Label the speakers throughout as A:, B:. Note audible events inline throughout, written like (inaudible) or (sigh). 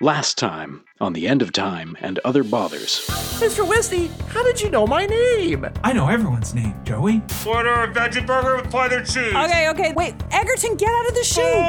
A: Last time on The End of Time and Other Bothers.
B: Mr. Wesley, how did you know my name?
C: I know everyone's name, Joey.
D: Order a veggie burger with platter cheese.
E: Okay, okay, wait. Egerton, get out of the shoe.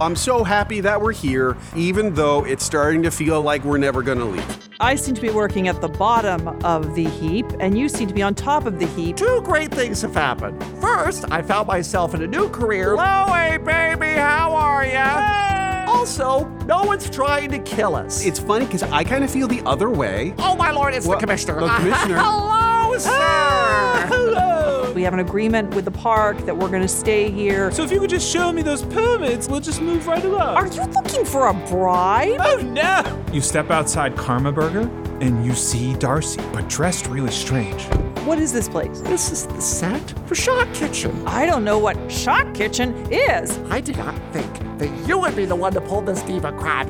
F: I'm so happy that we're here, even though it's starting to feel like we're never going to leave.
E: I seem to be working at the bottom of the heap, and you seem to be on top of the heap.
B: Two great things have happened. First, I found myself in a new career. Chloe, baby, how are ya? Also, no one's trying to kill us.
F: It's funny because I kind of feel the other way.
B: oh my lord, it's
F: Well,
B: the commissioner. (laughs)
F: the commissioner.
B: Hello, sir. Ah, Hello.
E: We have an agreement with the park that we're going to stay here.
G: So if you could just show me those permits, we'll just move right along.
E: Are you looking for a bribe?
G: Oh no! You step outside Karma Burger and you see Darcy, but dressed really strange.
E: What is this place?
B: This is the set for Shot Kitchen.
E: I don't know what Shock Kitchen is.
B: I did not think that you would be the one to pull this diva crap.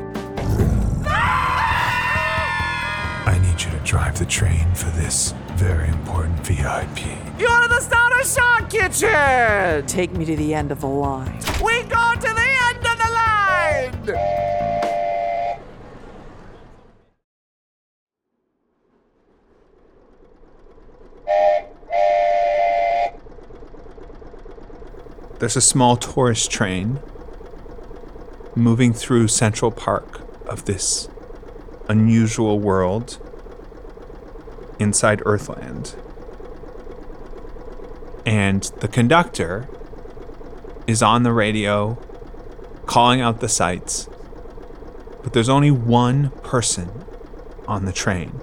C: I need you to drive the train for this very important VIP.
B: You're the start of Shot Kitchen.
E: Take me to the end of the line.
B: We go to the end of the line.
C: There's a small tourist train moving through Central Park of this unusual world inside Earthland. And the conductor is on the radio calling out the sights, but there's only one person on the train.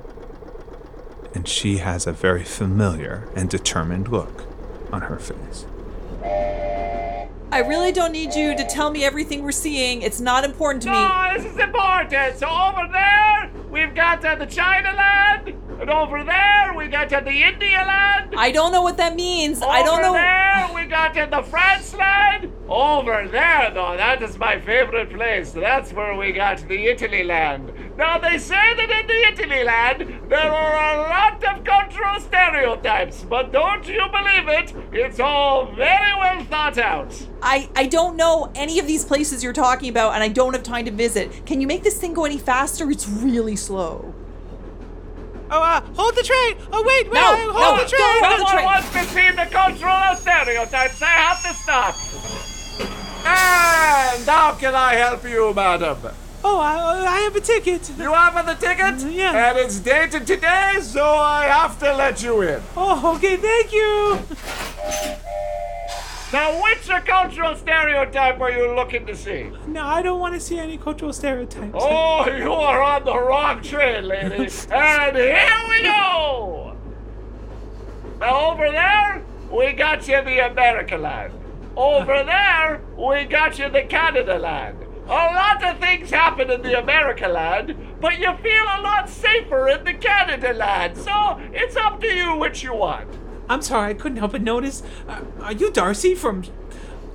C: And she has a very familiar and determined look on her face.
E: I really don't need you to tell me everything we're seeing. It's not important to me.
D: Oh, this is important. So over there, we've got uh, the China land, and over there, we got uh, the India land.
E: I don't know what that means. I
D: over
E: don't know.
D: there, we got uh, the France land. Over there, though, that is my favorite place. That's where we got the Italy land. Now, they say that in the Italy land, there are a lot of cultural stereotypes, but don't you believe it? It's all very well thought out.
E: I, I don't know any of these places you're talking about, and I don't have time to visit. Can you make this thing go any faster? It's really slow.
G: Oh, uh, hold the train! Oh, wait, wait,
E: No,
G: uh, hold
E: no,
G: the train!
E: don't. the
D: Someone
E: train.
D: wants to see the cultural stereotypes. I have to stop.
B: And how can I help you, madam?
G: Oh, I, I have a ticket. Mm,
B: You have the ticket?
G: yeah.
B: And it's dated today, so I have to let you in.
G: Oh, okay, thank you.
D: Now, which cultural stereotype are you looking to see?
G: No, I don't want to see any cultural stereotypes.
D: Oh, you are on the wrong
G: (laughs)
D: train, lady. and here we go. Now, over there, we got you the America line. Over there, we got you the Canada line. A lot of things happen in the America line, but you feel a lot safer in the Canada line. So it's up to you which you want.
G: I'm sorry, I couldn't help but notice. Uh, are you Darcy from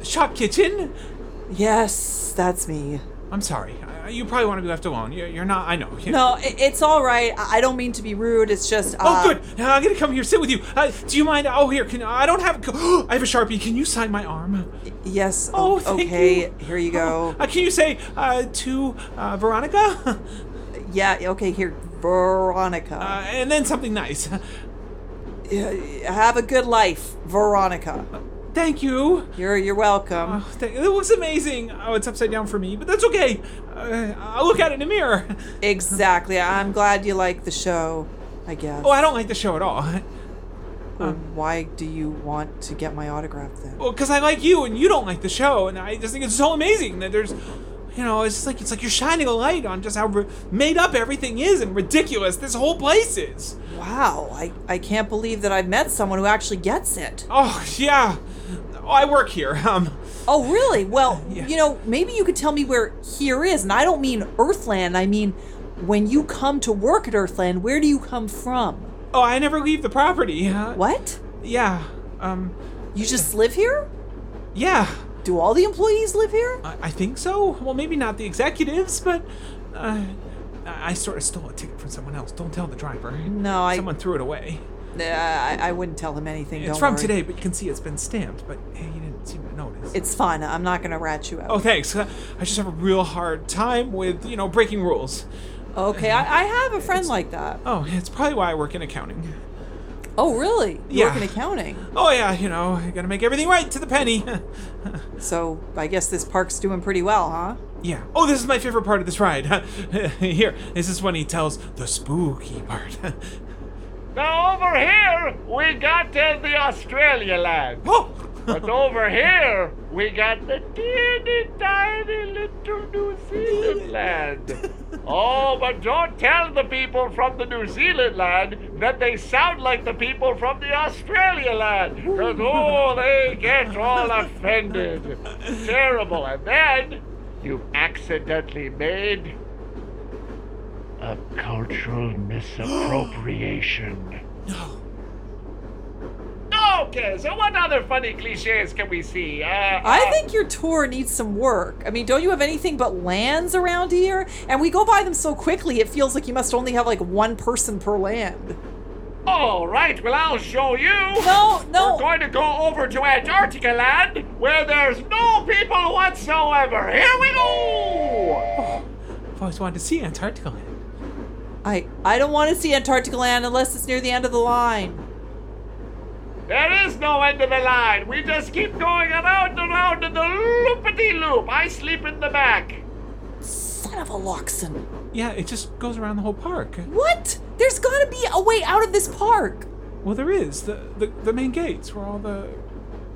G: Shop Kitchen?
E: Yes, that's me.
G: I'm sorry. Uh, you probably want to be left alone. You're, you're not. I know. You-
E: No, i- it's all right. I I don't mean to be rude. It's just. Uh,
G: Oh, good. Now I'm gonna come here sit with you. Uh, do you mind? Oh, here. Can I don't have? (gasps) I have a sharpie. Can you sign my arm?
E: Yes.
G: Oh,
E: o-
G: thank
E: okay.
G: you.
E: Here you go.
G: Uh, can you say uh, to uh, Veronica,
E: (laughs) yeah. Okay. Here, Veronica.
G: uh, and then something nice? (laughs)
E: Yeah, Have a good life, Veronica.
G: Uh, Thank you.
E: You're you're welcome.
G: Oh, thank- it was amazing. Oh, it's upside down for me, but that's okay. Uh, I'll look at it in the mirror. (laughs)
E: exactly. I'm glad you like the show. I guess.
G: Oh, I don't like the show at all. Um,
E: Well, Why do you want to get my autograph then?
G: Well, because I like you and you don't like the show, and I just think it's so amazing that there's, you know, it's just like it's like you're shining a light on just how ri made up everything is and ridiculous this whole place is.
E: Wow. I I
G: (sighs)
E: can't believe that I've met someone who actually gets it.
G: Oh yeah, oh, I work here. (laughs) Um,
E: Oh, really?
G: (laughs)
E: Well, you know, maybe you could tell me where here is. And I don't mean Earthland. I mean, when you come to work at Earthland, where do you come from?
G: Oh, I never leave the property. Uh,
E: What?
G: Yeah. Um.
E: You just live here?
G: Yeah.
E: Do all the employees live here?
G: I, I think so. Well, maybe not the executives, but uh, I, I sort of stole a ticket from someone else. Don't tell the driver.
E: No, I-
G: Someone threw it away.
E: Nah, I, I wouldn't tell them anything.
G: it's
E: don't
G: from
E: worry.
G: today, but you can see it's been stamped. But hey, you didn't seem to notice.
E: It's fine. I'm not going to rat you out.
G: oh, thanks. I just have a real hard time with you know breaking rules.
E: Okay, I, I have a friend like that.
G: Oh, it's probably why I work in accounting.
E: Oh, really? You
G: Yeah.
E: work in accounting.
G: Oh yeah, you know, I gotta make everything right to the penny. (laughs)
E: So I guess this park's doing pretty well, huh?
G: yeah. Oh, this is my favorite part of this ride. (laughs) Here, this is when he tells the spooky part. (laughs)
H: Now over here, we got uh, the Australia line.
G: oh,
H: But over here, we got the teeny tiny little New Zealand land. Oh, but don't tell the people from the New Zealand land that they sound like the people from the Australia land. Because, oh, they get all offended. Terrible. And then you've accidentally made a cultural (gasps) misappropriation. Okay, so what other funny cliches can we see? Uh,
E: I
H: uh,
E: think your tour needs some work. I mean, don't you have anything but lands around here? And we go by them so quickly, it feels like you must only have like one person per land.
H: All right, well, I'll show you.
E: No, no.
H: We're going to go over to Antarctica land where there's no people whatsoever. Here we go.
G: I've always wanted to see Antarctica. land.
E: I I don't want to see Antarctica land unless it's near the end of the line.
H: There is no end of the line. We just keep going around and around in the loopity loop. I sleep in the back.
E: Son of a Loxon.
G: Yeah, it just goes around the whole park.
E: What? There's got to be a way out of this park.
G: Well, there is the, the the main gates where all the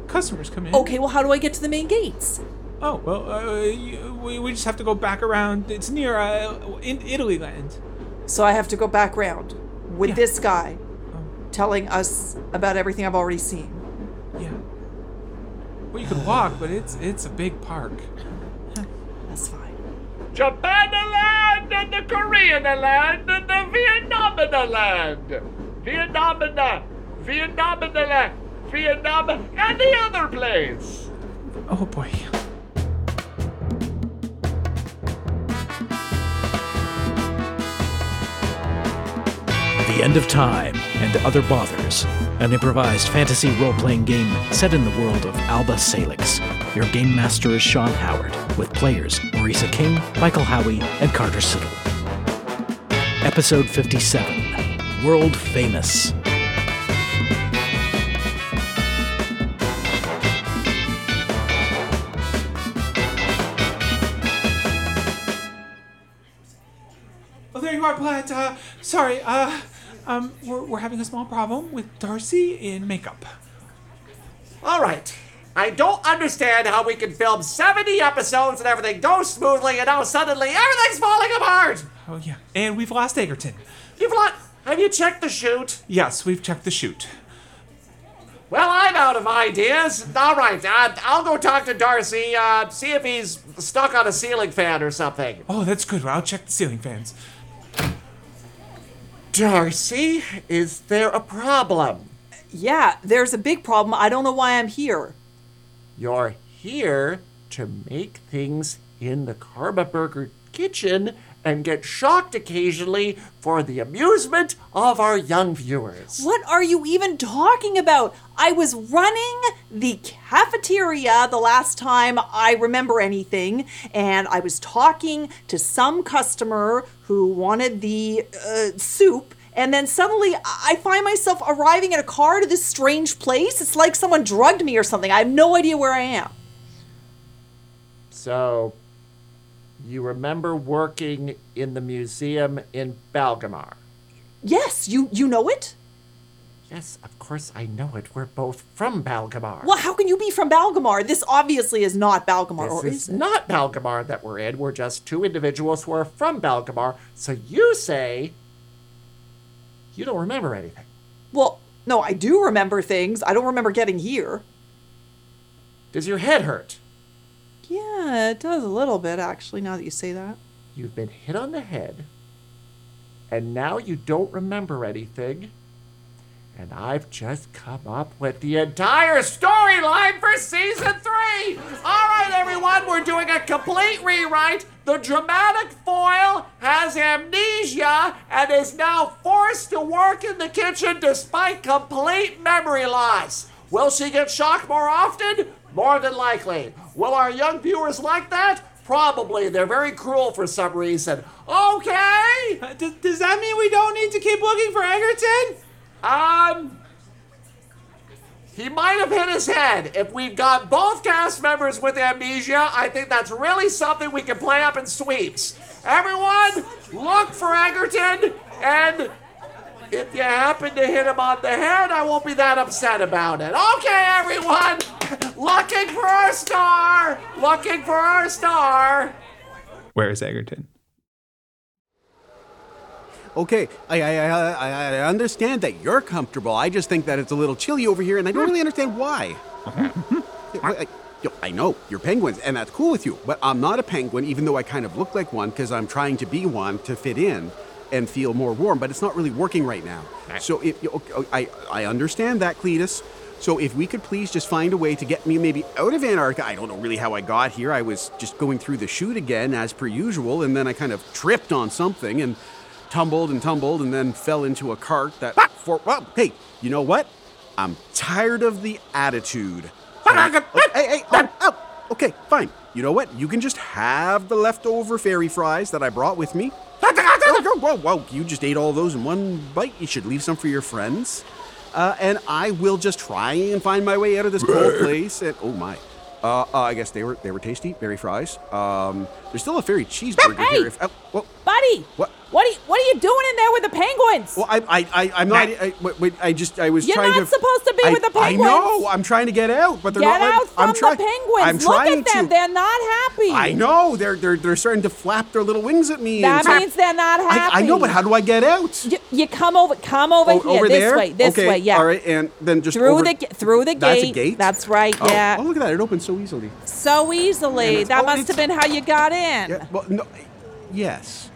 G: customers come in.
E: Okay, well, how do I get to the main gates?
G: Oh well, uh, you- we, we just have to go back around. It's near uh, in Italy land.
E: So I have to go back round with
G: Yeah. Oh.
E: this guy telling us about everything I've already seen.
G: Yeah. Well, you could walk, but it's it's a big park.
E: That's fine.
H: Japan land and the Korean land and the Vietnam land. Vietnam Vietnam land. Vietnam and the other place.
G: Oh boy.
A: The End of Time and Other Bothers, an improvised fantasy role playing game set in the world of Alba Salix. Your game master is Sean Howard, with players Marisa King, Michael Howie, and Carter Siddle. Episode 57 World Famous.
G: Oh, there you are, Platt. Uh, sorry. Uh, um, we're we're having a small problem with Darcy in makeup.
D: All right. I don't understand how we can film 70 episodes and everything goes smoothly, and now suddenly everything's falling apart.
G: Oh yeah. And we've lost Egerton.
D: You've lot. Have you checked the shoot?
G: Yes, we've checked the chute.
D: Well, I'm out of ideas. All right, uh, I'll go talk to Darcy. Uh, see if he's stuck on a ceiling fan or something.
G: Oh, that's good. Well, I'll check the ceiling fans.
D: Darcy, is there a problem?
E: Yeah, there's a big problem. I don't know why I'm here.
D: You're here to make things in the Karma Burger kitchen and get shocked occasionally for the amusement of our young viewers.
E: What are you even talking about? I was running the cafeteria the last time I remember anything, and I was talking to some customer who wanted the uh, soup. And then suddenly, I I find myself arriving in a car to this strange place. It's like someone drugged me or something. I have no idea where I am.
D: So, you remember working in the museum in Balgamar?
E: Yes, you you know it.
D: Yes, of course I know it. We're both from Balgamar.
E: Well, how can you be from Balgamar? This obviously is not Balgamar,
D: This
E: or
D: is,
E: is it?
D: not Balgamar that we're in. We're just two individuals who are from Balgamar. So you say you don't remember anything.
E: Well, no, I do remember things. I don't remember getting here.
D: Does your head hurt?
E: it does a little bit, actually, now that you say that.
D: You've been hit on the head, and now you don't remember anything. And I've just come up with the entire storyline for season three! All right, everyone, we're doing a complete rewrite. The dramatic foil has amnesia and is now forced to work in the kitchen despite complete memory loss. Will she get shocked more often? More than likely. Will our young viewers like that? Probably. They're very cruel for some reason. Okay!
G: Uh, does, does that mean we don't need to keep looking for Egerton?
D: Um, he might have hit his head. If we've got both cast members with amnesia, I think that's really something we can play up in sweeps. Everyone, look for Egerton, and if you happen to hit him on the head, I won't be that upset about it. Okay, everyone, looking for our star, looking for our star.
I: Where is Egerton?
F: Okay, I, I, I, I- I understand that you're comfortable. I just think that it's a little chilly over here, and I don't really understand why. I, I- yo, I know, you're penguins, and that's cool with you, but I'm not a penguin, even though I kind of look like one, because I'm trying to be one to fit in and feel more warm, but it's not really working right now. So if, yo- okay, oh, I, I understand that, Cletus. So if we could please just find a way to get me maybe out of Antarctica. I don't know really how I got here. I was just going through the chute again, as per usual, and then I kind of tripped on something, and tumbled and tumbled and then fell into a cart that for well, hey you know what i'm tired of the attitude hey hey oh, oh, okay fine you know what you can just have the leftover fairy fries that i brought with me whoa, whoa, whoa. you just ate all those in one bite you should leave some for your friends uh, and i will just try and find my way out of this
E: (laughs)
F: cold place and oh my uh, uh, I guess they were they were tasty, berry fries. Um, there's still a fairy cheeseburger
E: Hey!
F: here. If, oh, whoa.
E: Buddy!
F: What?
E: What are you, what are you doing in there with the penguins?
F: Well, I, I, I I'm not. I, wait, wait, I just, I was
E: You're
F: trying
E: not
F: to.
E: supposed to be
F: I,
E: with the
F: I know.
E: penguins.
F: I'm trying to get out, but they're
E: Get
F: not. letting-
E: out from
F: I'm trying.
E: the penguins.
F: I'm
E: Look
F: trying
E: at them.
F: to.
E: They're not happy.
F: I know. They're, they're, they're starting to flap their little wings at me. and
E: That
F: so-
E: means they're not happy.
F: I, I know, but how do I get out?
E: You, you come over, come over
F: O-
E: here,
F: over
E: this
F: there.
E: way, this
F: okay.
E: way, yeah.
F: All right, and then just
E: Through
F: over-
E: the ga- through the
F: That's a
E: gate.
F: gate.
E: That's right,
F: Oh,
E: yeah.
F: Oh, look at that! It opens so easily.
E: So
F: And
E: easily.
F: it's
E: That
F: only
E: must have
F: t-
E: been how you got in.
F: Yeah, well, no, yes,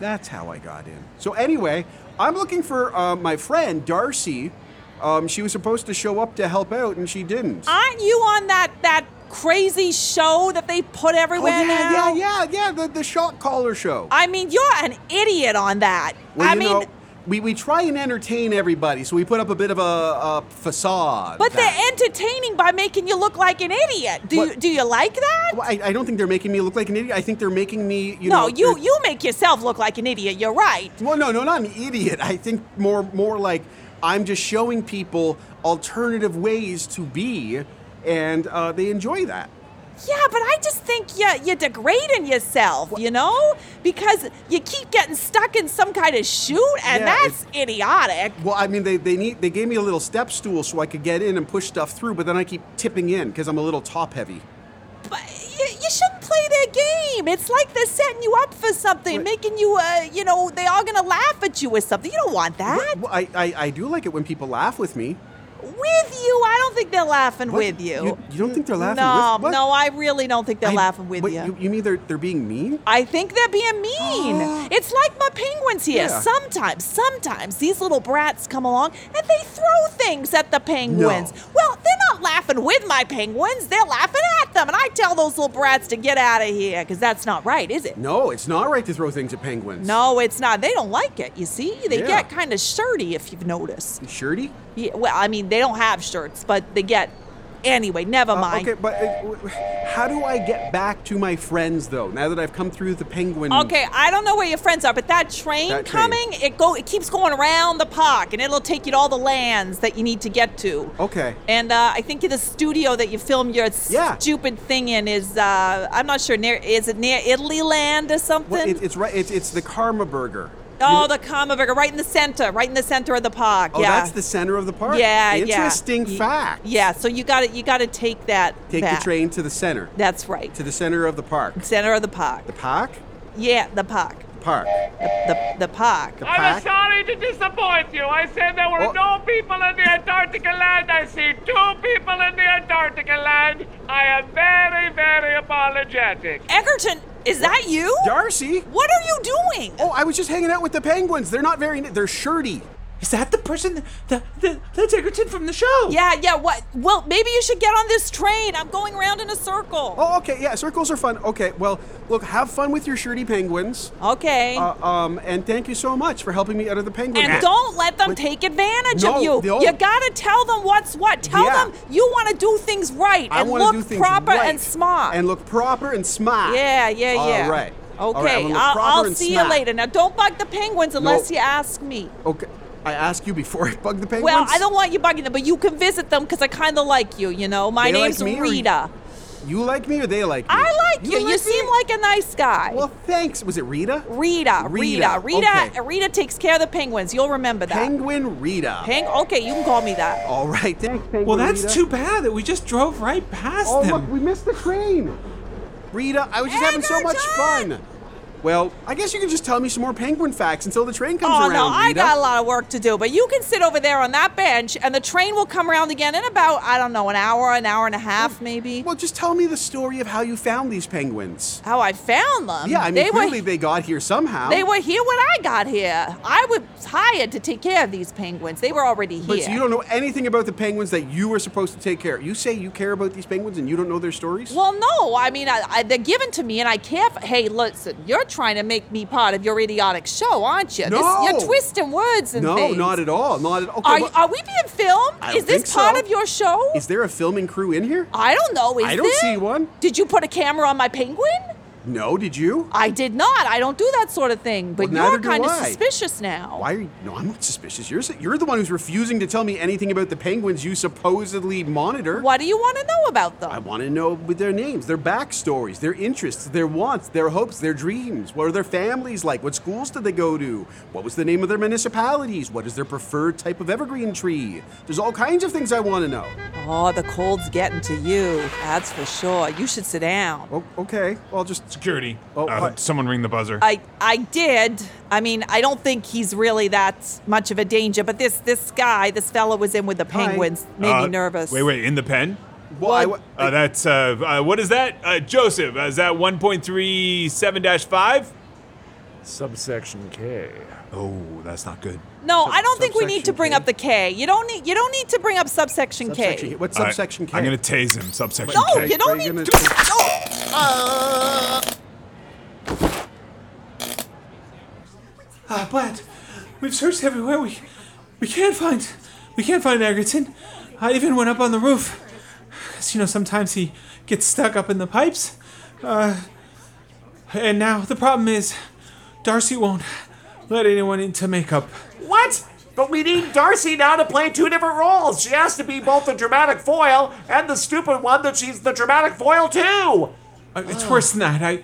F: that's how I got in. So anyway, I'm looking for uh, my friend Darcy. Um, she was supposed to show up to help out, and she didn't.
E: Aren't you on that that crazy show that they put
F: Oh,
E: everywhere
F: yeah, yeah,
E: now?
F: yeah, yeah, the, the shock caller show.
E: I mean, you're an idiot on that.
F: Well,
E: I
F: you
E: mean,
F: know, we, we try and entertain everybody, so we put up a bit of a, a facade.
E: but
F: that-
E: they're entertaining by making you look like an idiot. Do
F: What-
E: you do you like that?
F: Well, I, I don't think they're making me look like an idiot. I think they're making me, you
E: no,
F: know.
E: you
F: they're-
E: you make yourself look like an idiot. You're right.
F: Well, no, no, not an idiot. I think more, more like I'm just showing people alternative ways to be, and uh, they enjoy that.
E: Yeah, but I just think you you're degrading yourself, you know? Because you keep getting stuck in some kind of shoot, and
F: Yeah,
E: that's idiotic.
F: Well, I mean, they, they need they gave me a little step stool so I could get in and push stuff through, but then I keep tipping in because I'm a little top heavy.
E: But you, you shouldn't play their game. It's like they're setting you up for something, making you, uh, you know, they are gonna laugh at you or something. You don't want that.
F: Well, I, I, I do like it when people laugh with me.
E: With you, I don't think they're laughing
F: What?
E: with you.
F: you. you don't think they're laughing
E: no,
F: with what?
E: no, I really don't think they're
F: I-
E: laughing with
F: wait,
E: you.
F: you. mean they're, they're being mean?
E: I think they're being mean. it's like my penguins here.
F: Oh. Yeah.
E: Sometimes, sometimes these little brats come along and they throw things at the penguins. Well, they're not laughing with my penguins, they're laughing at them. And I tell those little brats to get out of here because that's not right, is it?
F: No, it's not right to throw things at penguins.
E: No, it's not. They don't like it, you see? They
F: Yeah.
E: get kind of shirty if you've noticed.
F: Shirty?
E: Yeah, well, I mean, they don't have shirts, but they get. Anyway, never
F: Uh,
E: mind.
F: okay, but uh, w- how do I get back to my friends, though, now that I've come through the penguin?
E: Okay, I don't know where your friends are, but that train
F: That train.
E: coming, it go it keeps going around the park and it'll take you to all the lands that you need to get to.
F: Okay.
E: And uh, I think the studio that you film your
F: Yeah.
E: stupid thing in is uh, I'm not sure near is it near Italy land or something?
F: Well, it, it's right. It's, it's the Karma Burger.
E: oh, the Kama Burger, right in the center, right in the center of the park.
F: Oh,
E: yeah.
F: that's the center of the park.
E: yeah,
F: Interesting
E: yeah. Y-
F: fact.
E: Yeah, so you got to you got to take that.
F: Take
E: back.
F: the train to the center.
E: That's right.
F: To the center of the park.
E: center of the park.
F: The park?
E: Yeah, the park.
F: park.
J: The, the park.
F: The
K: I'm
F: park?
K: sorry to disappoint you. I said there were
F: Oh.
K: no people in the Antarctica land. I see two people in the Antarctica land. I am very, very apologetic.
E: Egerton, is that you?
F: Darcy?
E: What are you doing?
F: Oh, I was just hanging out with the penguins. They're not very. They're shirty.
G: Is that the person, the, the, that's Egerton from the show?
E: Yeah, yeah, what? Well, maybe you should get on this train. I'm going around in a circle.
F: Oh, okay. Yeah, circles are fun. Okay, well, look, have fun with your shirty penguins.
E: Okay.
F: Uh, um, and thank you so much for helping me out of the penguin.
E: and
F: net.
E: don't let them take advantage
F: No,
E: of you.
F: no.
E: You gotta tell them what's what. Tell
F: Yeah.
E: them you want to do things right
F: I
E: and
F: wanna
E: look
F: do things
E: proper
F: right
E: and smart.
F: And look proper and smart.
E: yeah, yeah, yeah.
F: All right. All right, I'm
E: Okay,
F: gonna look
E: I'll,
F: proper
E: I'll
F: and
E: see
F: smart.
E: you later. Now, don't bug the penguins unless you ask me.
F: Okay. I ask you before I bug the penguins.
E: Well, I don't want you bugging them, but you can visit them because I kind of like you, you know? My
F: They like
E: name's
F: me or you-
E: Rita.
F: You like me or they like me?
E: I like you. You,
F: like me?
E: seem like a nice guy.
F: Well, thanks. Was it Rita?
E: Rita, Rita,
F: Rita,
E: Rita,
F: okay.
E: Rita takes care of the penguins. You'll remember that.
F: Penguin Rita.
E: Peng- okay, you can call me that.
F: All right. Thanks, Penguin
G: Well, that's
F: Rita.
G: too bad that we just drove right past
F: Oh,
G: them.
F: look, we missed the train. Rita, I was just having so much fun. Well, I guess you can just tell me some more penguin facts until the train comes
E: Oh
F: around.
E: no, I
F: Rita.
E: got a lot of work to do, but you can sit over there on that bench, and the train will come around again in about I don't know an hour, an hour and a half, maybe.
F: Well, just tell me the story of how you found these penguins.
E: How I found them?
F: Yeah, I mean,
E: Um, they
F: clearly
E: were
F: they got here somehow.
E: they were here when I got here. I was hired to take care of these penguins. They were already here.
F: But so you don't know anything about the penguins that you were supposed to take care of. You say you care about these penguins and you don't know their stories?
E: Well, no. I mean, I, I, they're given to me, and I care. For, hey, listen, you're trying to make me part of your idiotic show, aren't you?
F: No.
E: you're twisting words and
F: no,
E: things.
F: not at all. Not at all. Okay,
E: Are,
F: well,
E: are we being filmed?
F: I don't
E: Is this
F: think
E: part
F: so.
E: of your show?
F: is there a filming crew in here?
E: I don't know. Is
F: I don't
E: there?
F: see one.
E: Did you put a camera on my penguin?
F: No, did you?
E: I did not. I don't do that sort of thing. But
F: Well,
E: you're
F: neither do
E: kind of
F: I.
E: suspicious now.
F: Why are you? No, I'm not suspicious. You're s- you're the one who's refusing to tell me anything about the penguins you supposedly monitor.
E: What do you want to know about them?
F: I want to know with their names, their backstories, their interests, their wants, their hopes, their dreams. What are their families like? What schools did they go to? What was the name of their municipalities? What is their preferred type of evergreen tree? There's all kinds of things I want to know.
E: oh, the cold's getting to you. That's for sure. You should sit down.
F: Oh, okay. I'll just.
C: Security.
F: Oh,
C: uh,
F: what?
C: someone ring the buzzer.
E: I I did. I mean, I don't think he's really that much of a danger. But this this guy, this fellow, was in with the penguins. Made
C: Uh,
E: me nervous.
C: Wait, wait, in the pen?
F: Well, I, wa-
C: Uh, that's, uh, uh, what is that? Uh, Joseph, uh, is that 1.37 5?
D: Subsection K.
C: Oh, that's not good.
E: No, I don't think we need to
F: subsection
E: bring
F: K?
E: up the K. You don't need you don't need to bring up subsection,
F: subsection K.
E: K.
F: What's
C: All right,
F: subsection K?
C: I'm going to tase him, subsection
E: No,
C: K.
E: you don't
F: Are you
E: need.
F: gonna-
E: to
G: Uh, but we've searched everywhere. We we can't find we can't find Egerton. I even went up on the roof. 'Cause, you know sometimes he gets stuck up in the pipes. Uh, and now the problem is Darcy won't let anyone into makeup.
D: What? But we need Darcy now to play two different roles. She has to be both the dramatic foil and the stupid one that she's the dramatic foil too.
G: Uh, It's worse than that. I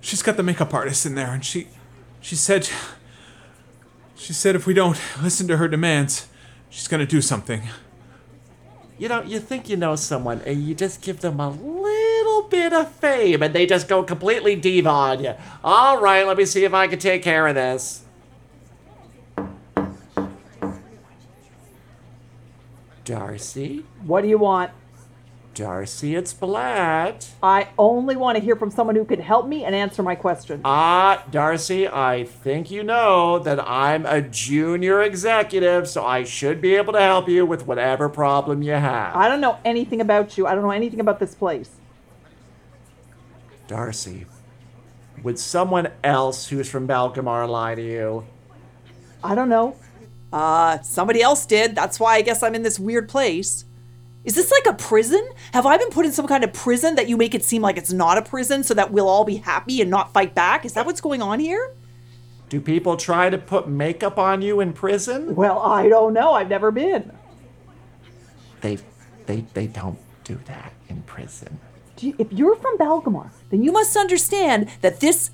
G: she's got the makeup artist in there and she she said she said if we don't listen to her demands, she's going to do something.
D: You know, you think you know someone and you just give them a little bit of fame and they just go completely diva on you. All right, let me see if I can take care of this. Darcy?
J: What do you want?
D: Darcy, it's Blatt.
J: I only want to hear from someone who can help me and answer my questions.
D: Ah, Darcy, I think you know that I'm a junior executive, so I should be able to help you with whatever problem you have.
J: I don't know anything about you. I don't know anything about this place.
D: Darcy, would someone else who's from Balgamar lie to you?
J: I don't know.
E: Uh, somebody else did. That's why I guess I'm in this weird place. Is this like a prison? Have I been put in some kind of prison that you make it seem like it's not a prison so that we'll all be happy and not fight back? Is that what's going on here?
D: Do people try to put makeup on you in prison?
J: Well, I don't know. I've never been.
D: They, they, they don't do that in prison.
J: Do you, if you're from Balgamar, then you
E: You must understand that this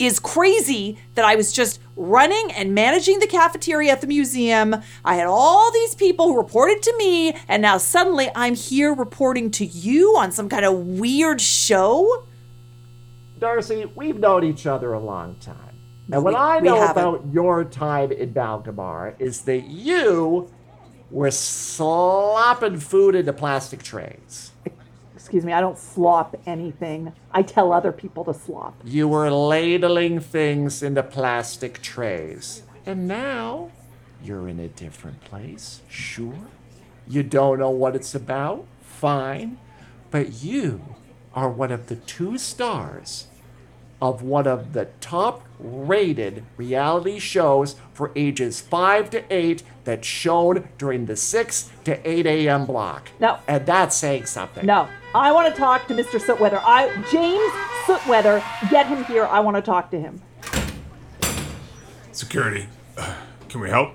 E: is crazy that I was just running and managing the cafeteria at the museum. I had all these people who reported to me, and now suddenly I'm here reporting to you on some kind of weird show?
D: Darcy, we've known each other a long time. And what
E: we-
D: I
E: we
D: know
E: haven't.
D: about your time in Valgamar is that you were slopping food into plastic trays.
E: Excuse me, I don't slop anything. I tell other people to slop.
D: You were ladling things into plastic trays. And
H: (sighs)
D: now you're in a different place, sure. You don't know what it's about, fine. But you are one of the two stars of one of the top rated reality shows for ages 5 to 8 that's shown during the 6 to 8 a.m. block.
E: No.
D: And that's saying something.
E: No, I want to talk to Mr. Sootweather. I James Sootweather, get him here. I want to talk to him.
C: Security, uh, can we help?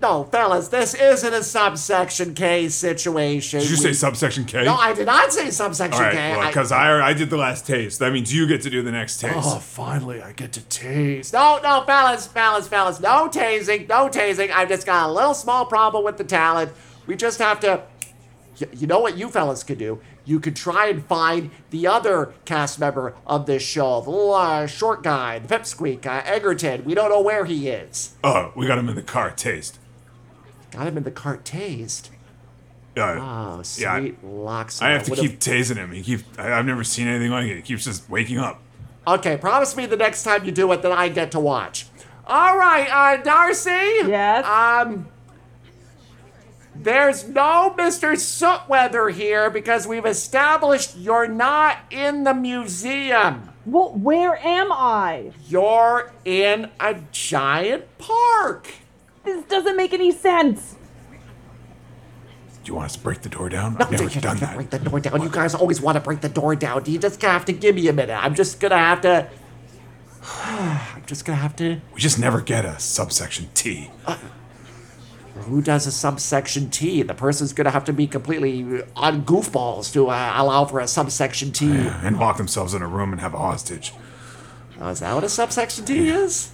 D: No, fellas, this isn't a subsection K situation.
C: Did you say
D: We-
C: subsection K?
D: No, I did not say subsection
C: All right,
D: K.
C: well,
D: I-
C: because I, I did the last taste. That means you get to do the next taste.
D: Oh, finally, I get to tase. No, no, fellas, fellas, fellas. No tasing, no tasing. I've just got a little small problem with the talent. We just have to. Y- You know what you fellas could do? You could try and find the other cast member of this show, the little uh, short guy, the pipsqueak, uh, Egerton. We don't know where he is.
C: Oh, we got him in the car. Taste.
D: Got him in the cart tased.
C: Uh,
D: Oh, sweet
C: Yeah, I-
D: locks.
C: I have to
D: Would've-
C: keep tasing him. He keeps. I, I've never seen anything like it. He keeps just waking up.
D: Okay, promise me the next time you do it that I get to watch. All right, uh, Darcy.
E: Yes?
D: Um. There's no Mr. Sootweather here because we've established you're not in the museum.
E: Well, where am I?
D: You're in a giant park.
E: This doesn't make any sense.
C: Do you want us to break the door down? I've
D: No,
C: never
D: you
C: done
D: can't
C: that.
D: break the door down. You guys always want to break the door down. You just have to give me a minute. I'm just gonna have to.
H: Oh,
D: I'm just gonna have to.
C: We just never get a subsection T.
D: Uh, Who does a subsection T? The person's gonna have to be completely uh, on goofballs to uh, allow for a subsection T.
C: and lock themselves in a room and have a hostage.
D: Oh, is that what a subsection T is?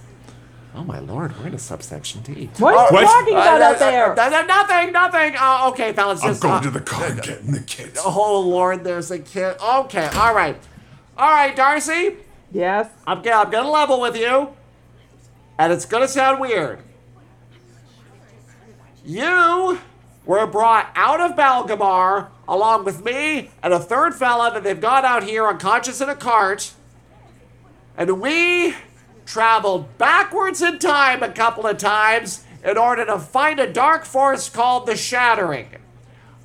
D: Oh my lord, we're in a subsection T.
E: What are you
C: What?
E: talking about
D: Uh,
E: out there?
D: uh, uh, nothing, nothing. Uh, okay, fellas,
C: I'm
D: just,
C: going
D: uh,
C: to the car and getting the kids.
D: Oh lord, there's a kid. Okay, all right, all right, Darcy.
E: yes.
D: I'm gonna, I'm gonna level with you, and it's gonna sound weird. You were brought out of Balgamar along with me and a third fella that they've got out here unconscious in a cart, and we traveled backwards in time a couple of times in order to find a dark force called the Shattering.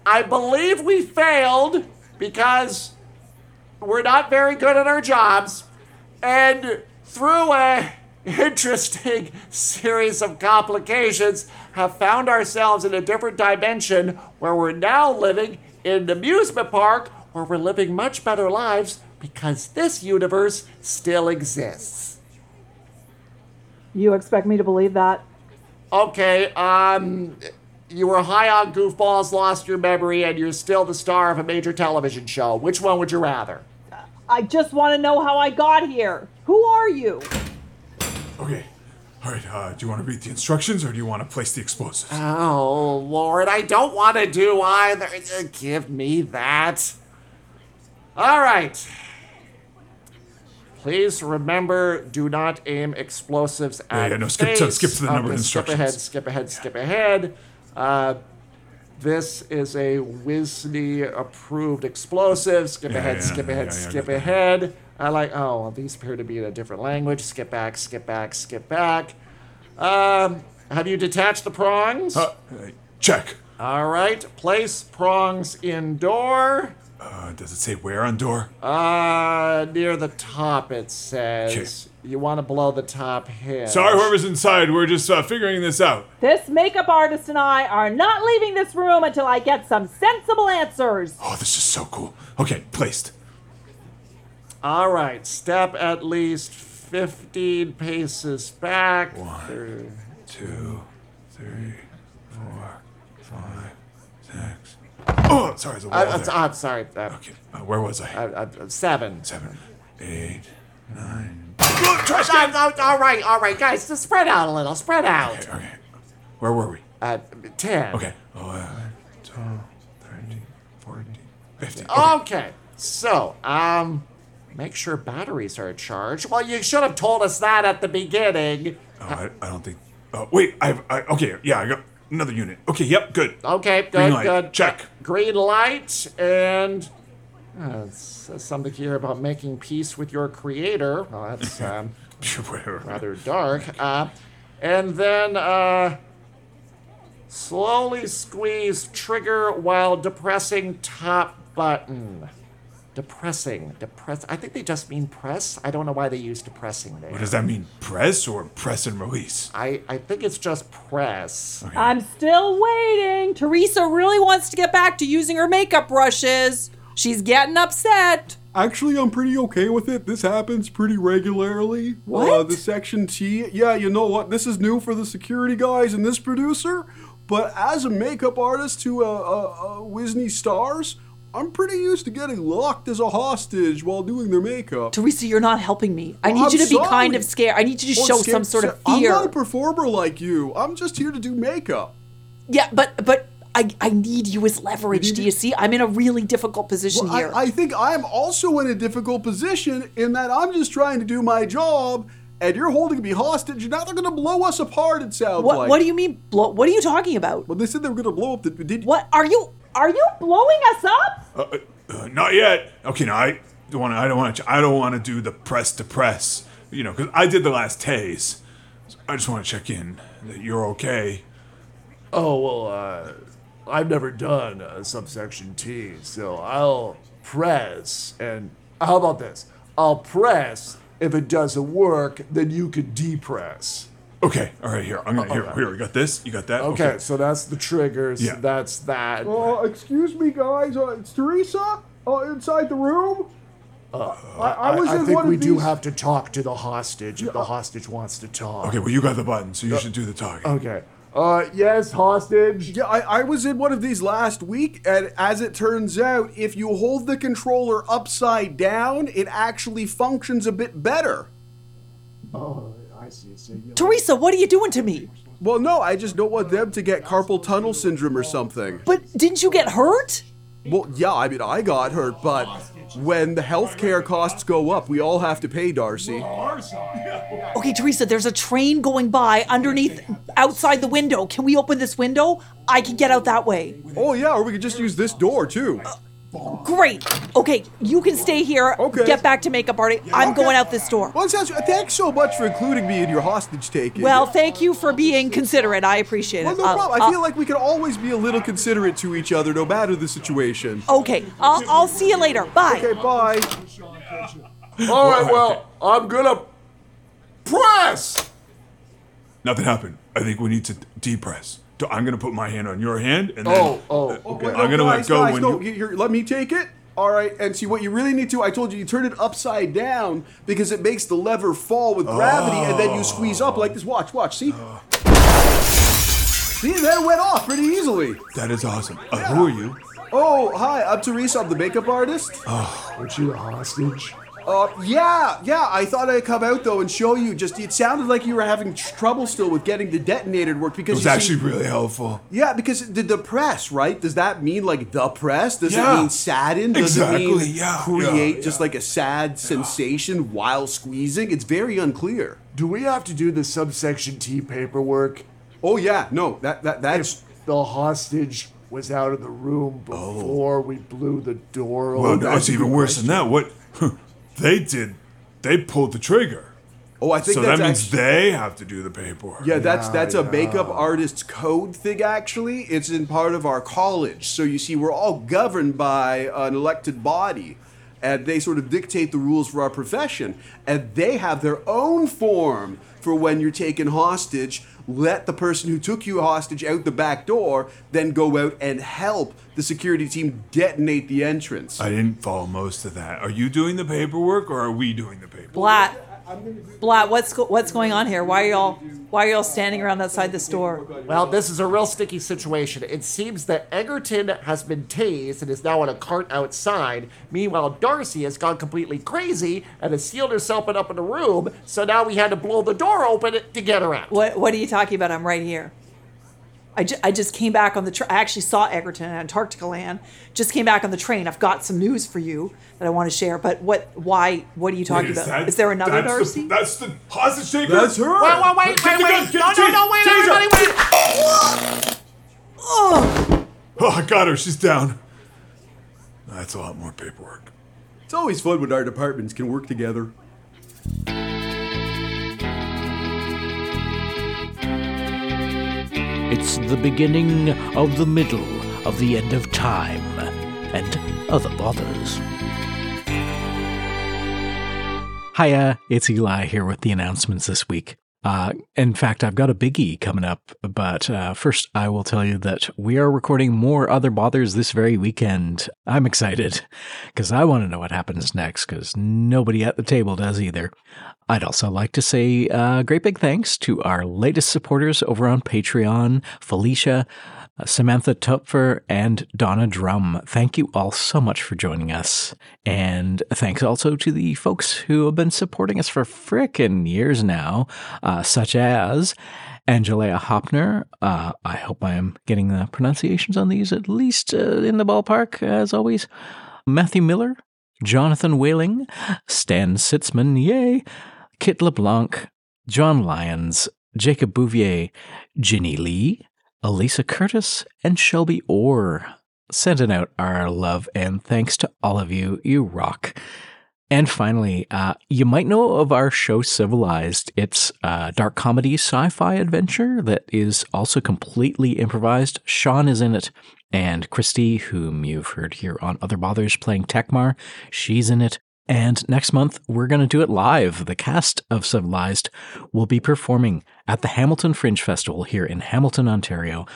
D: I believe we failed because we're not very good at our jobs. And through a (laughs) interesting series of complications, have found ourselves in a different dimension where we're now living in an amusement park where we're living much better lives because this universe still exists.
E: You expect me to believe that?
D: Okay, um you were high on goofballs, lost your memory, and you're still the star of a major television show. Which one would you rather?
E: I just want to know how I got here. Who are you?
C: Okay. All right. Uh, do you want to read the instructions or do you want to place the explosives?
D: Oh, Lord, I don't want to do either. Uh, Give me that. All right. Please remember do not aim explosives at.
C: yeah, no, skip to-
D: face.
C: skip to the numbered
D: Okay,
C: instructions.
D: Skip ahead, skip ahead, skip ahead. Uh, this is a Wisney approved explosive. Skip
C: Yeah,
D: ahead,
C: yeah,
D: skip
C: yeah,
D: ahead,
C: yeah, yeah, I got
D: skip
C: that.
D: ahead. I like, oh, well, these appear to be in a different language. Skip back, skip back, skip back. Um, have you detached the prongs?
C: Uh, uh, check.
D: All right, place prongs indoor.
C: Uh, does it say where on door?
D: Uh, near the top it says. You want to blow the top hinge.
C: Sorry, whoever's inside. We're just uh, figuring this out.
E: This makeup artist and I are not leaving this room until I get some sensible answers.
C: Oh, this is so cool. Okay, placed.
D: All right, step at least 15 paces back.
C: Two, three, four, five, six. Oh, sorry, there's a wall
D: I, am
C: there.
D: Uh, sorry. Uh,
C: okay, uh, where was I?
D: uh, uh, seven.
C: Seven, eight, nine. Oh, trash
D: No,
C: can!
D: no, all right, all right, guys, just spread out a little. Spread out.
C: Okay, okay. Where were we?
D: Uh, 10.
C: Okay. Oh, uh, 11, 12, 13, 14, 15. Okay.
D: Okay, so, um, Make sure batteries are charged. Well, you should have told us that at the beginning.
C: Oh, I, I don't think. Oh, wait. I, I okay. Yeah, I got another unit. Okay. Yep. Good.
D: Okay, good,
C: Green light.
D: good.
C: Check.
D: Green light, and uh, it says something here about making peace with your creator.
C: (laughs)
D: Well, that's um,
C: Whatever.
D: rather dark. Uh, and then uh, slowly squeeze trigger while depressing top button. Depressing, depress. I think they just mean press. I don't know why they use depressing there.
C: What does that mean? Press or press and release?
D: I, I think it's just press.
E: I'm still waiting. Teresa really wants to get back to using her makeup brushes. She's getting upset.
F: Actually, I'm pretty okay with it. This happens pretty regularly. Uh,
E: What?
F: the section T. Yeah, you know what? This is new for the security guys and this producer. But as a makeup artist to uh, uh, uh, Wisney stars, I'm pretty used to getting locked as a hostage while doing their makeup.
E: Teresa, you're not helping me. I need
F: I'm
E: you to be kind
F: sorry.
E: of scared. I need you to
F: Or
E: show
F: scared-
E: some sort of
F: I'm
E: fear.
F: not a performer like you. I'm just here to do makeup.
E: Yeah, but but I I need you as leverage. Do you see? I'm in a really difficult position
F: Well,
E: here.
F: I, I think I'm also in a difficult position in that I'm just trying to do my job, and you're holding me hostage. Now they're going to blow us apart. It sounds
E: what
F: like.
E: what do you mean blow? What are you talking about?
F: Well, they said they were going to blow up the. Did
E: What are you are you blowing us up?
C: Uh, uh, uh, not yet. Okay. No, I don't want. to. I don't want to. I don't want to do the press to press. You know, because I did the last tase. So I just want to check in that you're okay.
H: Oh, well, uh, I've never done uh, subsection T, so I'll press. And how about this? I'll press. If it doesn't work, then you could depress.
C: Okay. All right. Here. I'm
H: Oh,
C: gonna. Here. Here. You got this. You got that.
H: Okay, so that's the triggers.
C: Yeah.
H: That's that.
F: Uh, excuse me, guys. Uh, it's Teresa. Uh, inside the room. Uh, I, I was in
H: I think
F: one
H: we
F: of
H: do
F: these. uh,
H: have to talk to the hostage if the hostage wants to talk. Uh,
C: Okay. Well, you got the button, so you should do the talking.
H: Okay. Uh, yes, hostage.
F: Yeah, I, I was in one of these last week, and as it turns out, if you hold the controller upside down, it actually functions a bit better.
E: Oh. Teresa, what are you doing to me?
F: Well, no, I just don't want them to get carpal tunnel syndrome or something.
E: But didn't you get hurt?
F: Well, yeah, I mean, I got hurt, but when the healthcare costs go up, we all have to pay Darcy.
E: Okay, Teresa, there's a train going by underneath outside the window. Can we open this window? I can get out that way. Uh,
F: Oh, yeah, or we could just use this door, too.
E: Great. Okay, you can stay here.
F: Okay.
E: Get back to makeup party. I'm going out this door.
F: Well, it sounds- thanks so much for including me in your hostage taking.
E: Well, thank you for being considerate. I appreciate it. Uh,
F: Well, no
E: I'll-
F: problem. I
E: I'll-
F: feel like we can always be a little considerate to each other, no matter the situation.
E: Okay, I'll, I'll see you later. Bye.
F: Okay, bye.
H: All right, well, I'm gonna press.
C: Nothing happened. I think we need to depress. So I'm gonna put my hand on your hand, and then
H: Oh, oh,
C: Uh,
H: okay.
C: I'm gonna let
F: Guys,
C: go
F: guys,
C: when
F: no,
C: you.
F: you- you're- let me take it. All right, and see what you really need to. I told you, you turn it upside down because it makes the lever fall with gravity, and then you squeeze up like this. Watch, watch, see? See, that went off pretty easily.
C: That is awesome. Uh, who are you? Oh,
F: Oh, hi, I'm Teresa. I'm the makeup artist.
H: Aren't you a hostage?
F: Uh, yeah, yeah. I thought I'd come out though and show you. Just it sounded like you were having tr- trouble still with getting the detonator to work
C: It
F: because
C: was
F: you see-
C: actually really helpful.
F: Yeah, because the, the press, right? Does that mean like the press? Does
C: Yeah.
F: it mean saddened? Does it
C: Exactly,
F: mean
C: yeah,
F: create
C: yeah,
F: just
C: yeah.
F: like a sad sensation while squeezing? It's very unclear.
H: Do we have to do the subsection T paperwork?
F: Oh yeah, no, that that that's
H: The hostage was out of the room
F: Oh.
H: before we blew the door
C: Well,
H: open.
C: no, it's even worse than that. What (laughs) they did, they pulled the trigger.
F: Oh, I think
C: So
F: that's
C: that means
F: actu-
C: they have to do the paperwork.
F: Yeah, that's that's a makeup artist's code thing. Actually, it's in part of our college. So you see, we're all governed by an elected body, and they sort of dictate the rules for our profession. And they have their own form for when you're taken hostage. Let the person who took you hostage out the back door, then go out and help the security team detonate the entrance.
C: I didn't follow most of that. Are you doing the paperwork or are we doing the paperwork?
E: Blatt, Blatt, what's go- what's going on here? Why are y'all why are y'all standing around outside this door?
D: Well, this is a real sticky situation. It seems that Egerton has been tased and is now on a cart outside. Meanwhile, Darcy has gone completely crazy and has sealed herself up in a room, so now we had to blow the door open to get her out.
E: What what are you talking about? I'm right here. I, ju- I just came back on the train. I actually saw Egerton in Antarctica land. Just came back on the train. I've got some news for you that I want to share. But what? Why? What are you talking
C: Is
E: about?
C: that-
E: Is there another
C: that's
E: Darcy?
C: The, that's the hostage taker.
G: That's her.
D: Wait, wait, wait,
C: Get
D: wait,
C: the gun, get
D: wait.
C: the taser,
D: No, no, no, wait,
C: taser.
D: everybody, wait.
C: (laughs) Oh, I got her. She's down. That's a lot more paperwork.
F: It's always fun when our departments can work together.
A: It's the beginning of the middle of the end of time and other bothers. Hiya, it's Eli here with the announcements this week. Uh, in fact, I've got a biggie coming up, but uh, first I will tell you that we are recording more Other Bothers this very weekend. I'm excited because I want to know what happens next because nobody at the table does either. I'd also like to say a great big thanks to our latest supporters over on Patreon Felicia, uh, Samantha Tupfer, and Donna Drum. Thank you all so much for joining us. And thanks also to the folks who have been supporting us for frickin' years now, uh, such as. Angelia Hopner. Uh, I hope I am getting the pronunciations on these at least uh, in the ballpark, as always. Matthew Miller, Jonathan Whaling, Stan Sitzman, yay, Kit LeBlanc, John Lyons, Jacob Bouvier, Ginny Lee, Elisa Curtis, and Shelby Orr. Sending out our love and thanks to all of you. You rock. And finally, uh, you might know of our show Civilized. It's a dark comedy sci fi adventure that is also completely improvised. Sean is in it, and Christy, whom you've heard here on Other Bothers playing Tekmar, she's in it. And next month, we're going to do it live. The cast of Civilized will be performing at the Hamilton Fringe Festival here in Hamilton, Ontario.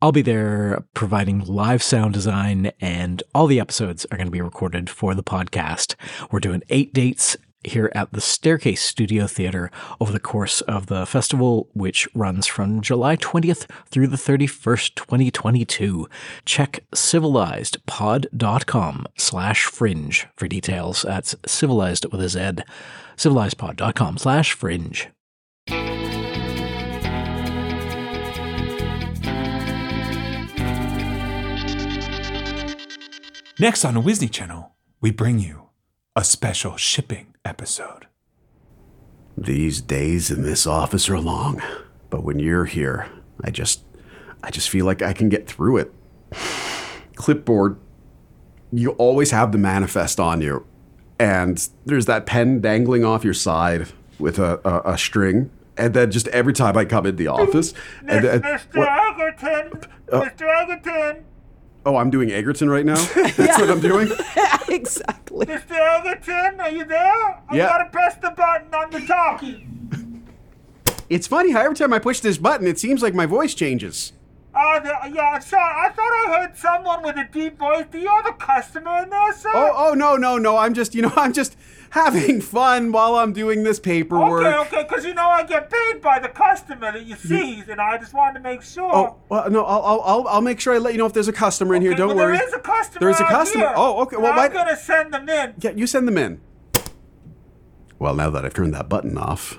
A: I'll be there providing live sound design, and all the episodes are going to be recorded for the podcast. We're doing eight dates here at the Staircase Studio Theater over the course of the festival, which runs from July 20th through the 31st, 2022. Check civilizedpod.com slash fringe for details. That's civilized with a Z. Civilizedpod.com slash fringe.
G: Next on the Wisney Channel, we bring you a special shipping episode.
F: These days in this office are long, but when you're here, I just I just feel like I can get through it. Clipboard, you always have the manifest on you. And there's that pen dangling off your side with a, a, a string. And then just every time I come in the office, and, then
H: Mr.
F: what- Uh,
H: Egerton, Mr.
G: (laughs)
H: Egerton,
F: oh, I'm doing Egerton right now. That's what I'm doing.
E: exactly.
H: Mr. Egerton, are you there? I
F: Yeah.
H: gotta press the button on the talkie.
F: It's funny how every time I push this button, it seems like my voice changes.
H: Uh, the, yeah, I'm sorry. I thought I heard someone with a deep voice. Do you have a customer in there, sir?
F: Oh, oh no, no, no! I'm just, you know, (laughs) I'm just having fun while I'm doing this paperwork.
H: Okay, okay, because you know I get paid by the customer that you seize, and I just wanted to make sure.
F: Oh, well, no, I'll, I'll, I'll, I'll make sure I let you know if there's a customer in here.
H: Okay,
F: Don't
H: well,
F: worry.
H: There is a customer.
F: There is a
H: out
F: customer.
H: here,
F: Oh, okay.
H: and
F: Well, why?
H: I'm gonna send them in.
F: Yeah, you send them in. Well, now that I've turned that button off.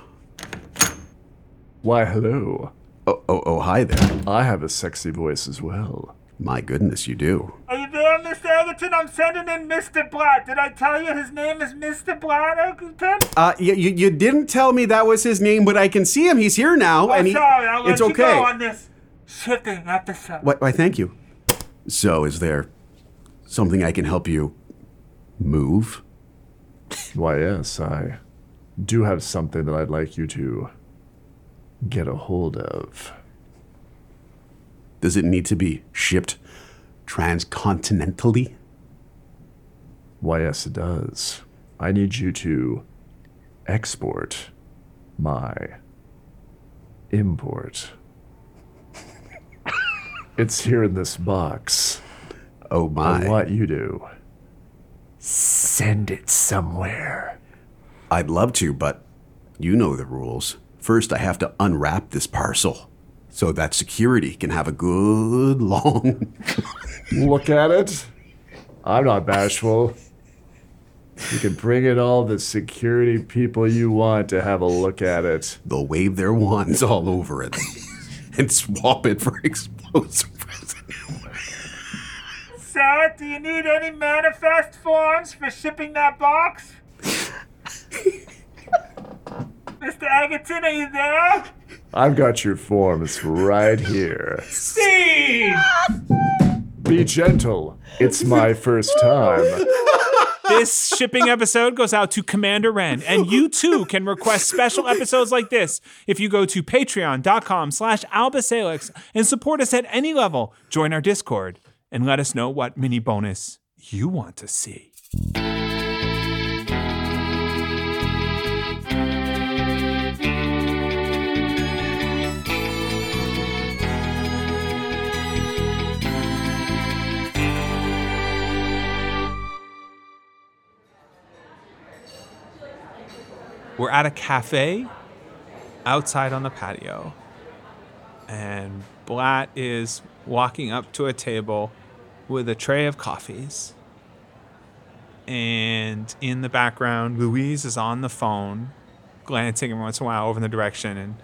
L: Why, hello.
F: Oh, oh, oh, hi there.
L: I have a sexy voice as well.
F: My goodness, you do.
H: Are Oh, you there, Mr. Egerton? I'm sending in Mr. Blatt. Did I tell you his name is Mr. Blatt, Egerton?
F: Uh, you, you, you didn't tell me that was his name, but I can see him. He's here now,
H: I'm
F: Oh, and he,
H: sorry. I'll
F: it's
H: let
F: okay.
H: you go on this shipping episode.
F: Why, why, thank you. So, is there something I can help you move?
L: Why, yes, I do have something that I'd like you to get a hold of.
F: Does it need to be shipped transcontinentally?
L: Why, yes, it does. I need you to export my import. it's here in this box.
F: Oh
L: I
F: my.
L: want you to send it somewhere.
F: I'd love to, but you know the rules. First, I have to unwrap this parcel so that security can have a good (laughs) long.
L: Look at it. I'm not bashful. You can bring in all the security people you want to have a look at it.
F: They'll wave their wands all over it. and swap it for (laughs) explosive residue.
H: Salad, do you need any manifest forms for shipping that box?
F: (laughs)
H: Mr. Agaton, are you there?
L: (laughs) I've got your forms right here.
H: Steve!
L: Be gentle. It's my first time.
I: this shipping episode goes out to Commander Ren, and you too can request special episodes like this if you go to patreon.com slash albasalix and support us at any level. Join our Discord and let us know what mini bonus you want to see. We're at a cafe outside on the patio. And Blatt is walking up to a table with a tray of coffees. And in the background, Louise is on the phone, glancing every once in a while over in the direction and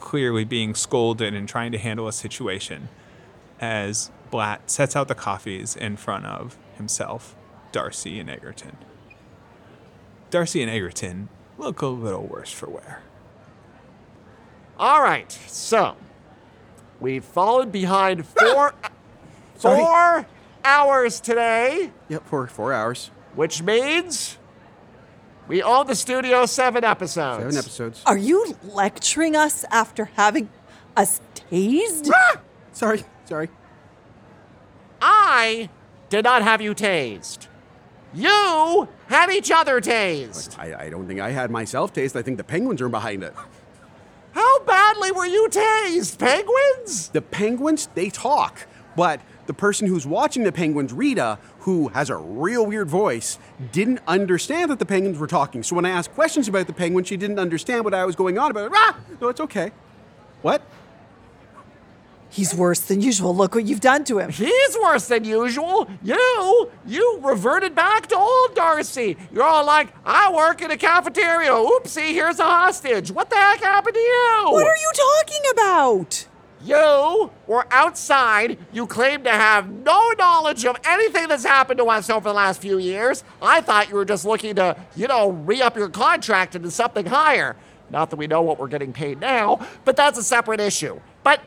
I: clearly being scolded and trying to handle a situation as Blatt sets out the coffees in front of himself, Darcy, and Egerton. Darcy and Egerton look a little worse for wear.
D: All right, so we've
F: (laughs)
D: fallen behind four four hours today,
F: Yep, for four hours,
D: which means we owe the studio seven episodes.
F: seven episodes.
E: Are you lecturing us after having us tased?
F: Ah! Sorry, sorry.
D: I did not have you tased. You had each other tased.
F: I, I don't think I had myself taste. I think the penguins are behind it.
D: How badly were you tased, (laughs) penguins?
F: The penguins, they talk, but the person who's watching the penguins, Rita, who has a real weird voice, didn't understand that the penguins were talking. So when I asked questions about the penguins, she didn't understand what I was going on about. Ah, no, it's okay. What?
E: He's worse than usual. Look what you've done to him.
D: He's worse than usual. You, you reverted back to old Darcy. You're all like, I work in a cafeteria. Oopsie, here's a hostage. What the heck happened to you?
E: What are you talking about?
D: You were outside. You claimed to have no knowledge of anything that's happened to us over the last few years. I thought you were just looking to, you know, re up your contract into something higher. Not that we know what we're getting paid now, but that's a separate issue. But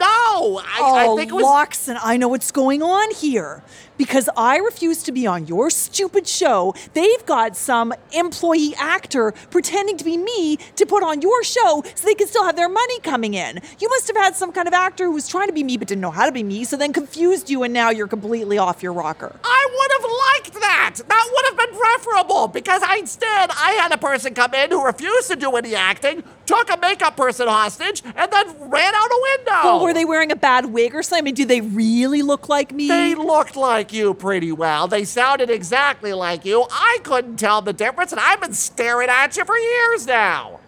D: no, I,
E: oh,
D: I think it was.
E: Loxon, I know what's going on here. Because I refuse to be on your stupid show, they've got some employee actor pretending to be me to put on your show so they can still have their money coming in. You must have had some kind of actor who was trying to be me but didn't know how to be me, so then confused you, and now you're completely off your rocker.
D: I would have liked that. That would have been preferable because I- instead I had a person come in who refused to do any acting, took a makeup person hostage, and then ran out a window.
E: Well, were they wearing a bad wig or something? I mean, do they really look like me?
D: They looked like you pretty well. They sounded exactly like you. I couldn't tell the difference, and I've been staring at you for years now.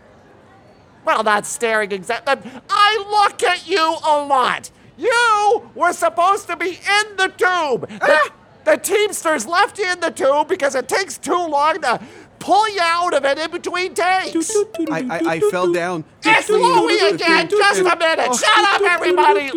D: Well, not staring exactly. I look at you a lot. You were supposed to be in the tube.
G: Ah!
D: The, the Teamsters left you in the tube because it takes too long to pull you out of it in between takes.
F: I, I, I fell down.
D: It's Louie again. Just a
G: Oh,
D: minute.
F: (laughs)
D: Shut up, everybody.